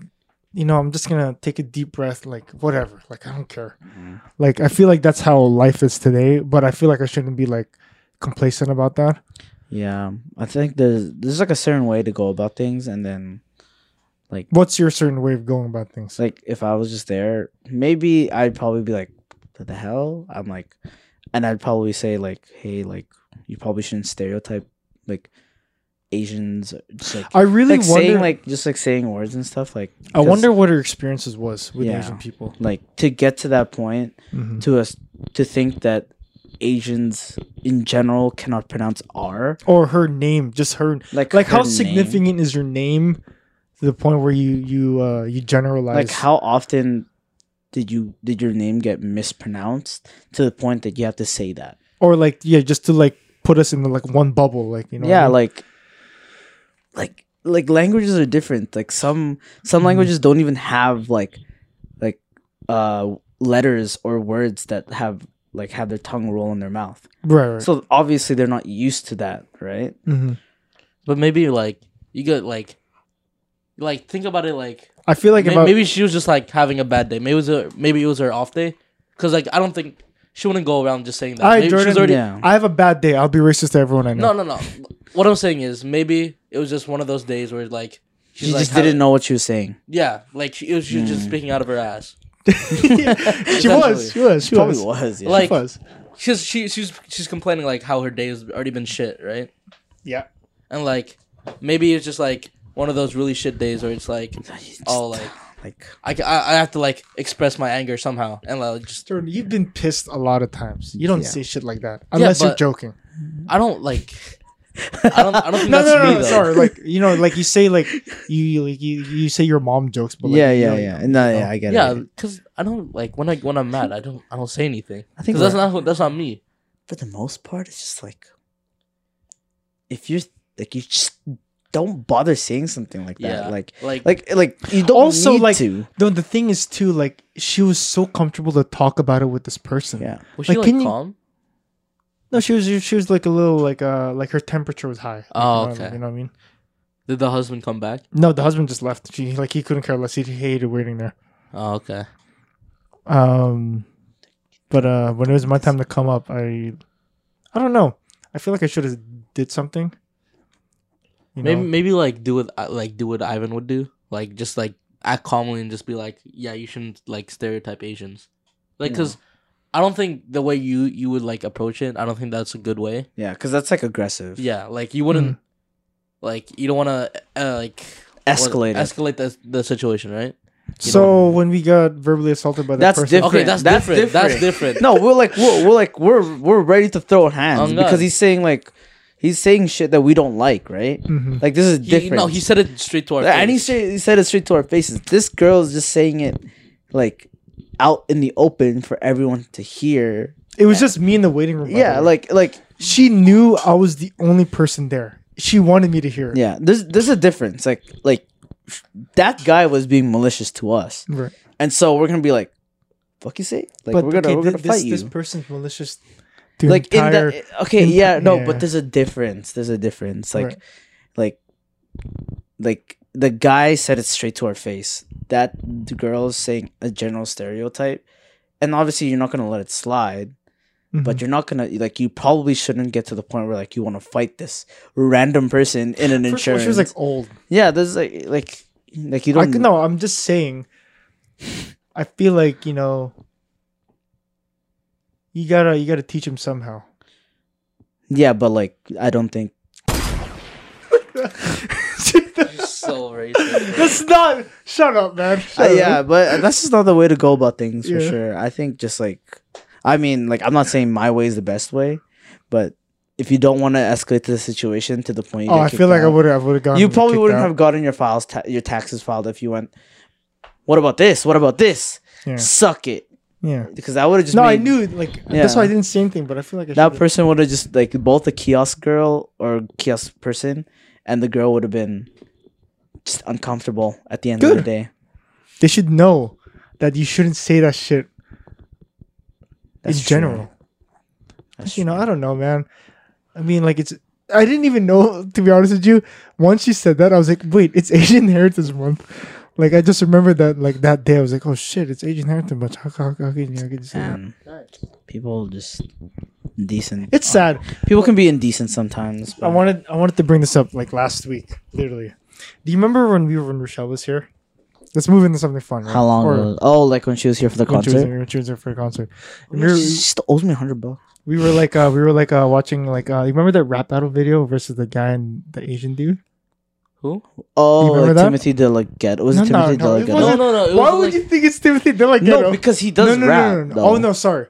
[SPEAKER 2] you know, I'm just gonna take a deep breath. Like whatever. Like I don't care.
[SPEAKER 1] Mm-hmm.
[SPEAKER 2] Like I feel like that's how life is today. But I feel like I shouldn't be like complacent about that.
[SPEAKER 1] Yeah. I think there's there's like a certain way to go about things, and then
[SPEAKER 2] What's your certain way of going about
[SPEAKER 1] it's
[SPEAKER 2] things?
[SPEAKER 1] like if I was just there, maybe I'd probably be like, "What the hell?" I'm like, and I'd probably say like, "Hey, like you probably shouldn't stereotype like Asians." Just like
[SPEAKER 2] I really
[SPEAKER 1] like
[SPEAKER 2] wonder.
[SPEAKER 1] saying like just like saying words and stuff like
[SPEAKER 2] I
[SPEAKER 1] 'cause,
[SPEAKER 2] wonder what her experiences was with
[SPEAKER 1] Yeah. Mm-hmm.
[SPEAKER 2] Asian people.
[SPEAKER 1] like to get to that point to us to think that Asians in general cannot pronounce R
[SPEAKER 2] Or her name, just her
[SPEAKER 1] like
[SPEAKER 2] like how
[SPEAKER 1] her name.
[SPEAKER 2] significant is your name to the point where you you uh you generalize
[SPEAKER 1] like how often did you did your name get mispronounced to the point that you have to say that
[SPEAKER 2] or like yeah just to like put us in the, like one bubble like you know
[SPEAKER 1] yeah like like like languages are different like some some
[SPEAKER 2] Mhm.
[SPEAKER 1] languages don't even have like like uh letters or words that have like have their tongue roll in their mouth
[SPEAKER 2] like right, right.
[SPEAKER 1] so obviously they're not used to that right
[SPEAKER 2] Mhm.
[SPEAKER 3] But maybe like you got like Like think about it. Like,
[SPEAKER 2] I feel like
[SPEAKER 3] may-
[SPEAKER 2] if I,
[SPEAKER 3] maybe she was just like having a bad day. Maybe it was a, maybe it was her off day. Because like I don't think she wouldn't go around just saying that.
[SPEAKER 2] All right,
[SPEAKER 3] Maybe she was
[SPEAKER 2] Jordan,
[SPEAKER 1] yeah.
[SPEAKER 3] already-
[SPEAKER 2] I have a bad day, I'll be racist to everyone I know.
[SPEAKER 3] No, no, no. What I'm saying is maybe it was just one of those days where like she's
[SPEAKER 1] She
[SPEAKER 3] like
[SPEAKER 1] just
[SPEAKER 3] having-
[SPEAKER 1] didn't know what she was saying.
[SPEAKER 3] Yeah, like she, it was, she was just speaking out of her ass.
[SPEAKER 2] [LAUGHS]
[SPEAKER 3] [LAUGHS]
[SPEAKER 2] she was. She was. She
[SPEAKER 1] Probably
[SPEAKER 2] was.
[SPEAKER 1] was. Yeah. [LAUGHS]
[SPEAKER 3] Like-
[SPEAKER 2] She was.
[SPEAKER 3] She's she she's she's complaining like how her day has already been shit, right?
[SPEAKER 2] Yeah.
[SPEAKER 3] And like maybe it's just like one of those really shit days where it's like oh like
[SPEAKER 1] like
[SPEAKER 3] I, ca- I, I have to like express my anger somehow and like just
[SPEAKER 2] Jordan, you've been pissed a lot of times. You don't
[SPEAKER 1] Yeah.
[SPEAKER 2] say shit like that
[SPEAKER 3] Yeah,
[SPEAKER 2] unless you're
[SPEAKER 3] but-
[SPEAKER 2] joking.
[SPEAKER 3] I don't like I don't I don't think
[SPEAKER 2] No,
[SPEAKER 3] that's
[SPEAKER 2] no, no,
[SPEAKER 3] me
[SPEAKER 2] no,
[SPEAKER 3] though.
[SPEAKER 2] sorry. Like you know, like you say,
[SPEAKER 3] [LAUGHS]
[SPEAKER 2] like you, you, like, you, you say your mom jokes, but like,
[SPEAKER 1] yeah,
[SPEAKER 2] you
[SPEAKER 1] yeah,
[SPEAKER 2] know,
[SPEAKER 1] yeah. No, yeah, I get
[SPEAKER 3] Yeah,
[SPEAKER 1] it.
[SPEAKER 3] because I don't like when I when I'm mad I don't I don't say anything
[SPEAKER 1] I think
[SPEAKER 3] because that's not who- that's not me.
[SPEAKER 1] for the most part, it's just like if you're like you just don't bother saying something like that.
[SPEAKER 3] Yeah.
[SPEAKER 1] Like
[SPEAKER 3] Like
[SPEAKER 1] like like you don't
[SPEAKER 2] Also,
[SPEAKER 1] need
[SPEAKER 2] like-
[SPEAKER 1] to.
[SPEAKER 2] No, the thing is too, like she was so comfortable to talk about it with this person.
[SPEAKER 1] Yeah.
[SPEAKER 3] was she
[SPEAKER 2] like,
[SPEAKER 3] like,
[SPEAKER 2] can you-
[SPEAKER 3] calm?
[SPEAKER 2] No, she was she was like a little like uh like her temperature was high. You
[SPEAKER 3] Oh,
[SPEAKER 2] know,
[SPEAKER 3] okay.
[SPEAKER 2] You know what I mean?
[SPEAKER 3] Did the husband come back?
[SPEAKER 2] No, the husband just left. She like he couldn't care less. He hated waiting there.
[SPEAKER 3] Oh okay.
[SPEAKER 2] Um, but uh, when it was my time to come up, I, I don't know. I feel like I should have did something. You
[SPEAKER 3] Maybe
[SPEAKER 2] know?
[SPEAKER 3] maybe like do what I- like do what Ivan would do, like just like act calmly and just be like, yeah, you shouldn't like stereotype Asians, like
[SPEAKER 1] Yeah.
[SPEAKER 3] because I don't think the way you you would like approach it, I don't think that's a good way.
[SPEAKER 1] Yeah, because that's like aggressive.
[SPEAKER 3] Yeah, like you wouldn't like you don't want to uh, like what-
[SPEAKER 1] Escalated.
[SPEAKER 3] escalate the the situation, right? you
[SPEAKER 2] so when we got verbally assaulted by that
[SPEAKER 1] That's
[SPEAKER 2] person,
[SPEAKER 1] different.
[SPEAKER 3] Okay, that's,
[SPEAKER 1] That's
[SPEAKER 3] different. That's
[SPEAKER 1] different.
[SPEAKER 3] different.
[SPEAKER 1] no, we're like we're, we're like we're we're ready to throw hands
[SPEAKER 3] Oh, God.
[SPEAKER 1] because he's saying like he's saying shit that we don't like, right?
[SPEAKER 2] Mhm.
[SPEAKER 1] Like this is
[SPEAKER 3] he,
[SPEAKER 1] different.
[SPEAKER 3] no, he said it straight to our
[SPEAKER 1] and he,
[SPEAKER 3] face.
[SPEAKER 1] straight, he said it straight to our faces. This girl is just saying it like out in the open for everyone to hear.
[SPEAKER 2] it was just me in the waiting room. by the
[SPEAKER 1] Yeah,
[SPEAKER 2] way.
[SPEAKER 1] like like
[SPEAKER 2] she knew I was the only person there. She wanted me to hear. it.
[SPEAKER 1] yeah. There's there's a difference. Like like that guy was being malicious to us,
[SPEAKER 2] Right.
[SPEAKER 1] and so we're gonna be like, "Fuck you say?" Like
[SPEAKER 2] But
[SPEAKER 1] we're gonna
[SPEAKER 2] okay,
[SPEAKER 1] we're
[SPEAKER 2] thi-
[SPEAKER 1] gonna
[SPEAKER 2] this,
[SPEAKER 1] fight you.
[SPEAKER 2] this person's malicious. The
[SPEAKER 1] like
[SPEAKER 2] entire,
[SPEAKER 1] in the okay
[SPEAKER 2] enti-
[SPEAKER 1] yeah no
[SPEAKER 2] yeah.
[SPEAKER 1] but there's a difference there's a difference like
[SPEAKER 2] Right.
[SPEAKER 1] like like the guy said it straight to our face that the girl is saying a general stereotype and obviously you're not gonna let it slide
[SPEAKER 2] Mm-hmm.
[SPEAKER 1] but you're not gonna like you probably shouldn't get to the point where like you want to fight this random person in an
[SPEAKER 2] First of all,
[SPEAKER 1] insurance
[SPEAKER 2] she was like old.
[SPEAKER 1] yeah there's like like like you
[SPEAKER 2] I
[SPEAKER 1] don't
[SPEAKER 2] could, no, I'm just saying. I feel like you know. You gotta you gotta teach him somehow. [LAUGHS]
[SPEAKER 1] yeah but like i don't think
[SPEAKER 3] so racist.
[SPEAKER 2] That's not. Shut up, man.
[SPEAKER 1] Uh,
[SPEAKER 2] Shut up.
[SPEAKER 1] yeah, but that's just not the way to go about things for
[SPEAKER 2] Yeah.
[SPEAKER 1] sure. I think just like, I mean, like I'm not saying my way is the best way, but if you don't want to escalate the situation to the point, you
[SPEAKER 2] Oh,
[SPEAKER 1] get
[SPEAKER 2] I
[SPEAKER 1] kicked
[SPEAKER 2] feel like I
[SPEAKER 1] out-
[SPEAKER 2] would have. I would have gotten.
[SPEAKER 1] You probably
[SPEAKER 2] kicked
[SPEAKER 1] wouldn't
[SPEAKER 2] out.
[SPEAKER 1] have gotten your files, ta- your taxes filed if you went. What about this? What about this?
[SPEAKER 2] Yeah.
[SPEAKER 1] Suck it,
[SPEAKER 2] Yeah.
[SPEAKER 1] because I would have just.
[SPEAKER 2] No, I
[SPEAKER 1] made-
[SPEAKER 2] knew. Like that's
[SPEAKER 1] Yeah.
[SPEAKER 2] why I didn't say anything. But I feel like I
[SPEAKER 1] that
[SPEAKER 2] should've-
[SPEAKER 1] person would have just like both the kiosk girl or kiosk person and the girl would have been just uncomfortable at the end of the
[SPEAKER 2] Good.
[SPEAKER 1] day.
[SPEAKER 2] They should know that you shouldn't say that shit
[SPEAKER 1] That's
[SPEAKER 2] in
[SPEAKER 1] true.
[SPEAKER 2] general.
[SPEAKER 1] That's
[SPEAKER 2] you know,
[SPEAKER 1] true.
[SPEAKER 2] I don't know, man. I mean, like it's. I didn't even know, to be honest with you. Once you said that, I was like, wait, it's [LAUGHS] Asian Heritage Month. Like I just remembered that, like that day, I was like, oh shit, it's Asian Heritage Month. How, how, how can you, how can you say that?
[SPEAKER 1] and people just decent.
[SPEAKER 2] It's sad.
[SPEAKER 1] people can be indecent sometimes.
[SPEAKER 2] I
[SPEAKER 1] But
[SPEAKER 2] wanted I wanted to bring this up like last week, literally. Do you remember when we were when Rochelle was here? Let's move into something fun. right?
[SPEAKER 1] how long?
[SPEAKER 2] Or
[SPEAKER 1] was- oh, like when she was here for the
[SPEAKER 2] when she was
[SPEAKER 1] concert.
[SPEAKER 2] there- when she was there for a concert. And we,
[SPEAKER 1] She
[SPEAKER 2] were,
[SPEAKER 1] still owes me a hundred bucks.
[SPEAKER 2] we were like uh we were like uh watching like uh you remember that rap battle video versus the guy and the Asian dude?
[SPEAKER 3] Who?
[SPEAKER 1] Oh,
[SPEAKER 2] remember
[SPEAKER 1] like
[SPEAKER 2] that?
[SPEAKER 1] Timothy De La Ghetto. Was
[SPEAKER 2] No,
[SPEAKER 1] it
[SPEAKER 2] no,
[SPEAKER 1] Timothy
[SPEAKER 2] no,
[SPEAKER 1] De La
[SPEAKER 2] [LAUGHS] it
[SPEAKER 3] No,
[SPEAKER 1] Ghetto?
[SPEAKER 2] wasn't-
[SPEAKER 3] no, no. It
[SPEAKER 2] Why
[SPEAKER 3] was,
[SPEAKER 2] would
[SPEAKER 3] like-
[SPEAKER 2] you think it's Timothy De La Ghetto?
[SPEAKER 1] No, because he does rap. though.
[SPEAKER 2] Oh no, sorry.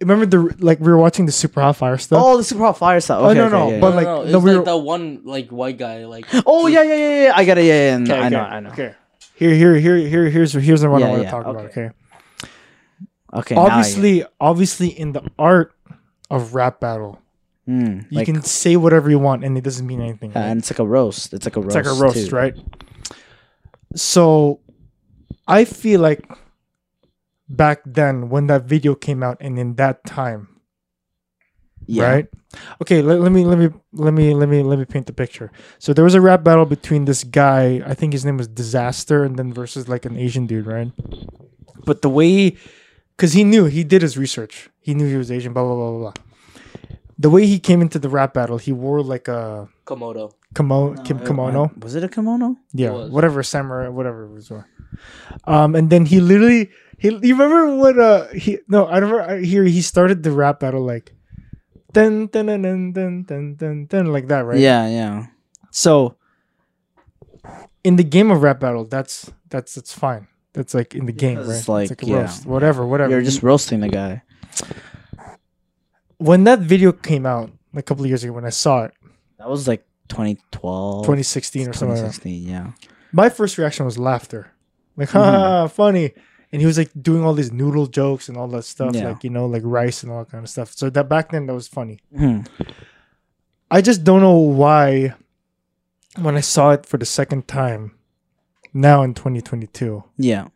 [SPEAKER 2] Remember the like we were watching the Super Hot Fire stuff?
[SPEAKER 1] Oh, the Super Hot Fire stuff. Okay,
[SPEAKER 2] no,
[SPEAKER 1] okay,
[SPEAKER 2] no,
[SPEAKER 1] yeah,
[SPEAKER 2] but
[SPEAKER 1] yeah.
[SPEAKER 2] like,
[SPEAKER 3] no, no,
[SPEAKER 2] no,
[SPEAKER 3] it's
[SPEAKER 2] we
[SPEAKER 3] like
[SPEAKER 2] were-
[SPEAKER 3] that one like white guy like
[SPEAKER 1] oh yeah, yeah, yeah, yeah. I got it. Yeah, yeah. yeah.
[SPEAKER 2] Okay,
[SPEAKER 1] I know,
[SPEAKER 2] okay,
[SPEAKER 1] I know. Okay,
[SPEAKER 2] Okay. Here, here, here, here, here's here's the one I
[SPEAKER 1] Yeah,
[SPEAKER 2] want to
[SPEAKER 1] yeah,
[SPEAKER 2] talk about.
[SPEAKER 1] okay.
[SPEAKER 2] Okay.
[SPEAKER 1] now I get it.
[SPEAKER 2] obviously, obviously, in the art of rap battle,
[SPEAKER 1] Mm,
[SPEAKER 2] you
[SPEAKER 1] like,
[SPEAKER 2] can say whatever you want and it doesn't mean anything.
[SPEAKER 1] uh,
[SPEAKER 2] right?
[SPEAKER 1] and it's like a roast. It's like a roast.
[SPEAKER 2] it's like a roast,
[SPEAKER 1] too.
[SPEAKER 2] right? So I feel like back then when that video came out and in that time,
[SPEAKER 1] Yeah.
[SPEAKER 2] right? Okay, let, let me let me let me let me let me paint the picture. So there was a rap battle between this guy, I think his name was Disaster, and then versus like an Asian dude, right? But the way, because he knew he did his research, he knew he was Asian, blah blah blah blah. blah. The way he came into the rap battle, he wore like a
[SPEAKER 3] Komodo.
[SPEAKER 2] kimono, kim,
[SPEAKER 1] Uh,
[SPEAKER 2] kimono,
[SPEAKER 1] Was it a kimono?
[SPEAKER 2] yeah,
[SPEAKER 3] was.
[SPEAKER 2] whatever samurai, whatever it was. uh, Um, and then he literally, he you remember what? Uh, he no, I remember I, here he started the rap battle like, dun dun dun dun dun dun dun, dun like that, right?
[SPEAKER 1] Yeah, yeah.
[SPEAKER 2] So, in the game of rap battle, that's that's that's fine. That's like in the game, right?
[SPEAKER 1] Because, like,
[SPEAKER 2] a
[SPEAKER 1] yeah.
[SPEAKER 2] roast, whatever, whatever.
[SPEAKER 1] You're just roasting the guy.
[SPEAKER 2] when that video came out a couple of years ago, when I saw it,
[SPEAKER 1] That was like 2012,
[SPEAKER 2] 2016 or something. Like that,
[SPEAKER 1] 2016. Yeah.
[SPEAKER 2] my first reaction was laughter like
[SPEAKER 1] Mm-hmm.
[SPEAKER 2] ha ha, funny and he was like doing all these noodle jokes and all that stuff
[SPEAKER 1] Yeah.
[SPEAKER 2] like you know like rice and all that kind of stuff so that back then that was funny
[SPEAKER 1] Hmm.
[SPEAKER 2] i just don't know why when i saw it for the second time now in 2022
[SPEAKER 1] Yeah.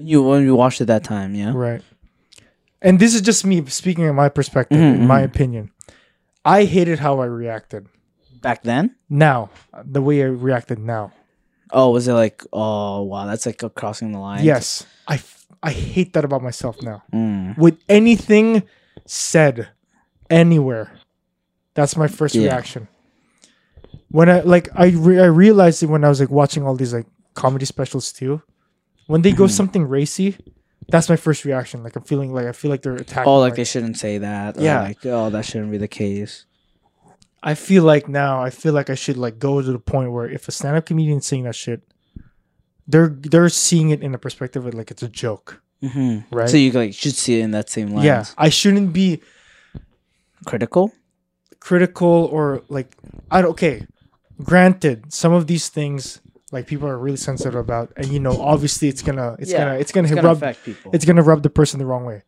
[SPEAKER 1] You when you watched it that time, yeah.
[SPEAKER 2] right and this is just me speaking in my perspective
[SPEAKER 1] Mhm,
[SPEAKER 2] in my
[SPEAKER 1] mhm.
[SPEAKER 2] opinion i hated how i reacted
[SPEAKER 1] Back then.
[SPEAKER 2] now the way i reacted now
[SPEAKER 1] Oh, was it like? Oh, wow, that's like a crossing the line.
[SPEAKER 2] yes I f- I hate that about myself now
[SPEAKER 1] Mm.
[SPEAKER 2] with anything said anywhere. That's my first
[SPEAKER 1] Yeah.
[SPEAKER 2] reaction. When I like, I re- I realized it when I was like watching all these like comedy specials too. When they go
[SPEAKER 1] Mhm.
[SPEAKER 2] something racy, that's my first reaction. Like I'm feeling like I feel like they're attacking.
[SPEAKER 1] Oh, like
[SPEAKER 2] my-
[SPEAKER 1] they shouldn't say that. or,
[SPEAKER 2] Yeah.
[SPEAKER 1] Like, oh, that shouldn't be the case.
[SPEAKER 2] I feel like now I feel like I should like go to the point where if a stand-up comedian's saying that shit, they're they're seeing it in the perspective of like it's a joke,
[SPEAKER 1] hmm
[SPEAKER 2] right?
[SPEAKER 1] So you like should see it in that same lens.
[SPEAKER 2] yeah, I shouldn't be
[SPEAKER 1] Critical.
[SPEAKER 2] critical or like I don't okay. Granted, some of these things like people are really sensitive about, and you know, obviously it's gonna it's
[SPEAKER 1] Yeah,
[SPEAKER 2] gonna it's gonna,
[SPEAKER 1] It's gonna
[SPEAKER 2] rub
[SPEAKER 1] affect people.
[SPEAKER 2] it's gonna rub the person the wrong way.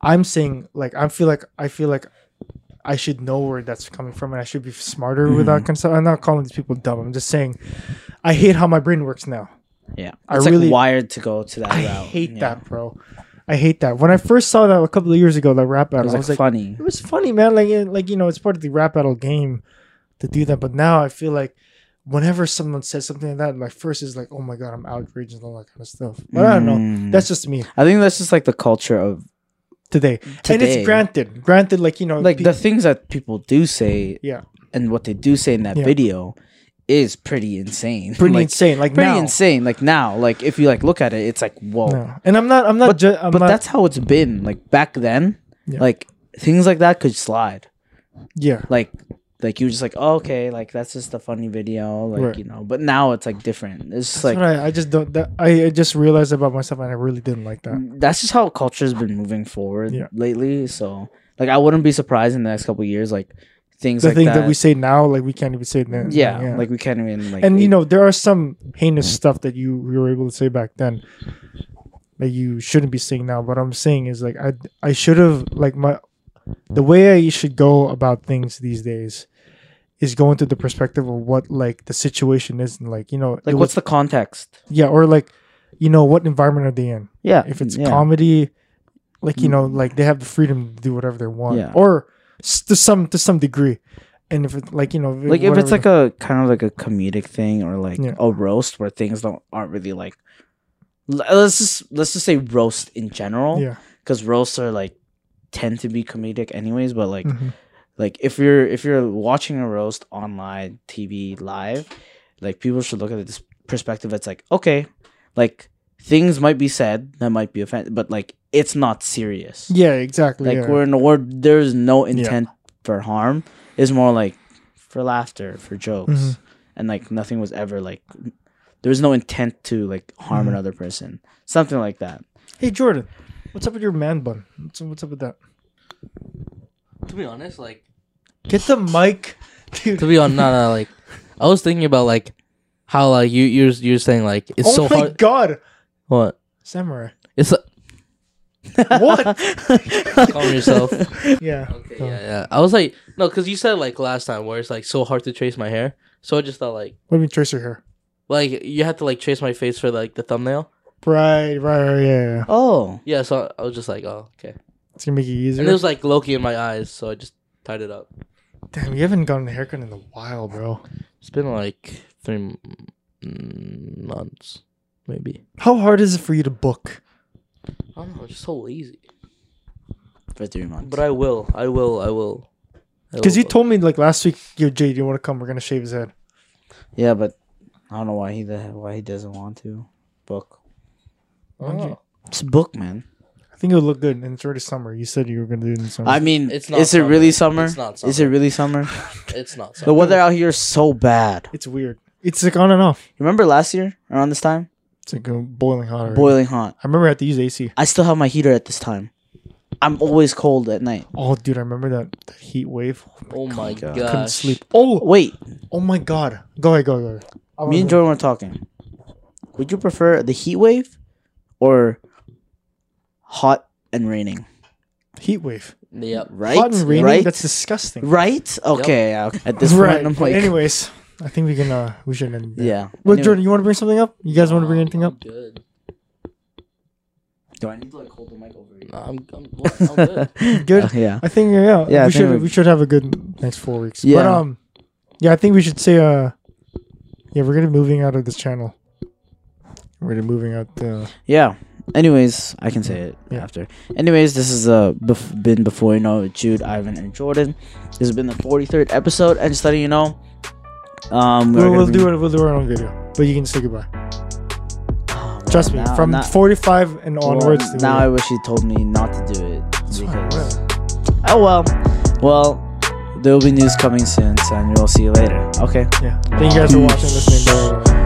[SPEAKER 2] I'm saying like I feel like I feel like I should know where that's coming from, and I should be smarter
[SPEAKER 1] Mhm.
[SPEAKER 2] without consent. I'm not calling these people dumb. I'm just saying I hate how my brain works now.
[SPEAKER 1] yeah.
[SPEAKER 2] I
[SPEAKER 1] It's
[SPEAKER 2] really-
[SPEAKER 1] like wired to go to that
[SPEAKER 2] I
[SPEAKER 1] route.
[SPEAKER 2] hate
[SPEAKER 1] yeah.
[SPEAKER 2] that, bro. I hate that. When I first saw that a couple of years ago, that rap
[SPEAKER 1] It
[SPEAKER 2] battle,
[SPEAKER 1] was
[SPEAKER 2] I
[SPEAKER 1] like
[SPEAKER 2] was like,
[SPEAKER 1] funny.
[SPEAKER 2] it was funny, man. Like, it- like you know, it's part of the rap battle game to do that. But now I feel like whenever someone says something like that, my first is like, oh my god, I'm outraged and all that kind of stuff. But I don't know.
[SPEAKER 1] Mm.
[SPEAKER 2] That's just me
[SPEAKER 1] I think that's just like the culture of
[SPEAKER 2] today. And
[SPEAKER 1] today.
[SPEAKER 2] it's granted, granted, like you know,
[SPEAKER 1] like
[SPEAKER 2] pe-
[SPEAKER 1] the things that people do say
[SPEAKER 2] Yeah.
[SPEAKER 1] and what they do say in that
[SPEAKER 2] Yeah.
[SPEAKER 1] video is pretty insane
[SPEAKER 2] pretty
[SPEAKER 1] like,
[SPEAKER 2] insane. Like
[SPEAKER 1] pretty
[SPEAKER 2] now,
[SPEAKER 1] insane like now like if you like look at it it's like whoa
[SPEAKER 2] No. And I'm not. I'm not. ju- I'm
[SPEAKER 1] but
[SPEAKER 2] not,
[SPEAKER 1] that's how it's been like back then
[SPEAKER 2] Yeah.
[SPEAKER 1] like things like that could slide
[SPEAKER 2] yeah.
[SPEAKER 1] like like you were just like oh, okay like that's just a funny video like
[SPEAKER 2] Right.
[SPEAKER 1] you know but now it's like different it's just
[SPEAKER 2] That's
[SPEAKER 1] like
[SPEAKER 2] what I, I just don't. That, I, I just realized about myself, and I really didn't like that.
[SPEAKER 1] that's just how culture's been moving forward
[SPEAKER 2] Yeah.
[SPEAKER 1] lately so like i wouldn't be surprised in the next couple of years like things
[SPEAKER 2] The
[SPEAKER 1] like
[SPEAKER 2] thing
[SPEAKER 1] that,
[SPEAKER 2] that. we say now, like we can't even say it now.
[SPEAKER 1] yeah, like we can't even like
[SPEAKER 2] and you
[SPEAKER 1] it-
[SPEAKER 2] know there are some heinous stuff that you, you were able to say back then that you shouldn't be saying now what i'm saying is like i i should have like my the way i should go about things these days is go into the perspective of what like the situation is and like you know it
[SPEAKER 1] like what's the context
[SPEAKER 2] was- yeah or like you know what environment are they in
[SPEAKER 1] Yeah.
[SPEAKER 2] if it's
[SPEAKER 1] yeah. Mm.
[SPEAKER 2] comedy like you know like they have the freedom to do whatever they want
[SPEAKER 1] Yeah.
[SPEAKER 2] or s- to some to some degree and if it like you know
[SPEAKER 1] like if it's
[SPEAKER 2] whatever-
[SPEAKER 1] like a kind of like a comedic thing or like
[SPEAKER 2] Yeah.
[SPEAKER 1] a roast where things don't aren't really like l- let's just let's just say roast in general
[SPEAKER 2] yeah
[SPEAKER 1] because roasts are like tend to be comedic anyways but like
[SPEAKER 2] Mhm.
[SPEAKER 1] like if you're if you're watching a roast online tv live like people should look at this perspective it's like okay like things might be said that might be offensive but like it's not serious
[SPEAKER 2] yeah exactly
[SPEAKER 1] Like
[SPEAKER 2] yeah.
[SPEAKER 1] we're in a war. There's no intent for harm. It's more like for laughter, for jokes,
[SPEAKER 2] Mhm.
[SPEAKER 1] and like nothing was ever like. There was no intent to like harm
[SPEAKER 2] Mhm.
[SPEAKER 1] another person. Something like that.
[SPEAKER 2] Hey Jordan, what's up with your man bun? What's, what's up with that?
[SPEAKER 3] To be honest, like
[SPEAKER 2] Get the mic, dude.
[SPEAKER 3] to be honest, no, no, like I was thinking about like how like you you're you're saying like it's
[SPEAKER 2] oh
[SPEAKER 3] so
[SPEAKER 2] my
[SPEAKER 3] hard.
[SPEAKER 2] god,
[SPEAKER 3] What?
[SPEAKER 2] samurai.
[SPEAKER 3] It's like,
[SPEAKER 2] [LAUGHS]
[SPEAKER 1] [LAUGHS]
[SPEAKER 2] What?
[SPEAKER 3] calm yourself.
[SPEAKER 2] yeah.
[SPEAKER 3] Okay, yeah, yeah. I was like, no, because you said like last time where it's like so hard to trace my hair. So I just thought like,
[SPEAKER 2] Let me trace your hair.
[SPEAKER 3] like you had to like trace my face for like the thumbnail.
[SPEAKER 2] Right, right, right, yeah, yeah.
[SPEAKER 1] Oh,
[SPEAKER 3] Yeah, so I was just like, oh, okay.
[SPEAKER 2] It's gonna make it
[SPEAKER 3] And it
[SPEAKER 2] easier.
[SPEAKER 3] was like Loki in my eyes, so I just tied it up.
[SPEAKER 2] Damn, you haven't gotten a haircut in a while, bro.
[SPEAKER 3] It's been like three m- mm, months, maybe.
[SPEAKER 2] How hard is it for you to book?
[SPEAKER 3] I don't know. It's just so lazy.
[SPEAKER 1] for three months.
[SPEAKER 3] But I will. I will. I will.
[SPEAKER 2] Because you told me like last week, yo, Jade, you want to come? We're gonna shave his head.
[SPEAKER 1] yeah, but I don't know why he the- why he doesn't want to book.
[SPEAKER 3] Oh.
[SPEAKER 2] Why don't you-
[SPEAKER 1] It's book, man.
[SPEAKER 2] I think it would look good, and it's already summer. You said you were gonna do it in summer.
[SPEAKER 1] I mean,
[SPEAKER 3] It's
[SPEAKER 1] it's
[SPEAKER 3] not
[SPEAKER 1] not is it really summer?
[SPEAKER 3] It's not
[SPEAKER 1] Is it really summer?
[SPEAKER 3] It's not.
[SPEAKER 1] the weather out here is so bad.
[SPEAKER 2] it's weird. It's like on and off.
[SPEAKER 1] Remember last year around this time,
[SPEAKER 2] It's like uh, boiling hot. Already.
[SPEAKER 1] boiling hot.
[SPEAKER 2] I remember I had to use AC.
[SPEAKER 1] I still have my heater at this time. I'm always cold at night.
[SPEAKER 2] Oh, dude, I remember that, that heat wave.
[SPEAKER 3] Oh my
[SPEAKER 1] God.
[SPEAKER 3] god.
[SPEAKER 1] Couldn't
[SPEAKER 2] Couldn't sleep. Oh,
[SPEAKER 1] Wait,
[SPEAKER 2] oh my God. Go ahead, go ahead, go ahead.
[SPEAKER 1] me
[SPEAKER 2] I
[SPEAKER 1] and
[SPEAKER 2] remember.
[SPEAKER 1] Jordan were talking. Would you prefer the heat wave or hot and raining?
[SPEAKER 2] heat wave.
[SPEAKER 3] Yep.
[SPEAKER 1] Right?
[SPEAKER 2] Hot and rainy.
[SPEAKER 1] right?
[SPEAKER 2] That's disgusting.
[SPEAKER 1] right? Okay. yeah, okay. At this
[SPEAKER 2] [LAUGHS] right.
[SPEAKER 1] point, I'm like,
[SPEAKER 2] Anyways, I think we can. Uh, we should end. there.
[SPEAKER 1] yeah.
[SPEAKER 2] Wait,
[SPEAKER 1] Anyway,
[SPEAKER 2] Jordan, you want to bring something up? You guys want to bring anything
[SPEAKER 3] I'm
[SPEAKER 2] up?
[SPEAKER 3] Good.
[SPEAKER 1] Do I need to like hold the mic over? you?
[SPEAKER 3] No, I'm, I'm, I'm good.
[SPEAKER 2] Good.
[SPEAKER 1] Uh, yeah.
[SPEAKER 2] I think yeah.
[SPEAKER 1] Yeah, I think
[SPEAKER 2] we should
[SPEAKER 1] we-
[SPEAKER 2] we should have a good next four weeks. But
[SPEAKER 1] Yeah.
[SPEAKER 2] um, yeah, I think we should say uh, yeah, we're gonna be moving out of this channel. We're gonna be moving out uh, the.
[SPEAKER 1] Yeah. Anyways, I can say it
[SPEAKER 2] Yeah.
[SPEAKER 1] after. Anyways, this is uh bef- been before you know it, Jude, Ivan, and Jordan. This has been the 43rd episode, and just letting you know, um,
[SPEAKER 2] We'll, we'll do it. We'll do our own video, but you can say goodbye. Trust me, from
[SPEAKER 1] now,
[SPEAKER 2] forty-five and onwards.
[SPEAKER 1] Well, now I wish he told me not to do it
[SPEAKER 2] It's fine,
[SPEAKER 1] because
[SPEAKER 2] whatever.
[SPEAKER 1] oh well, well there will be news coming soon, and we'll see you later. Okay.
[SPEAKER 2] yeah. Thank you guys for watching, listening. Blah, blah, blah.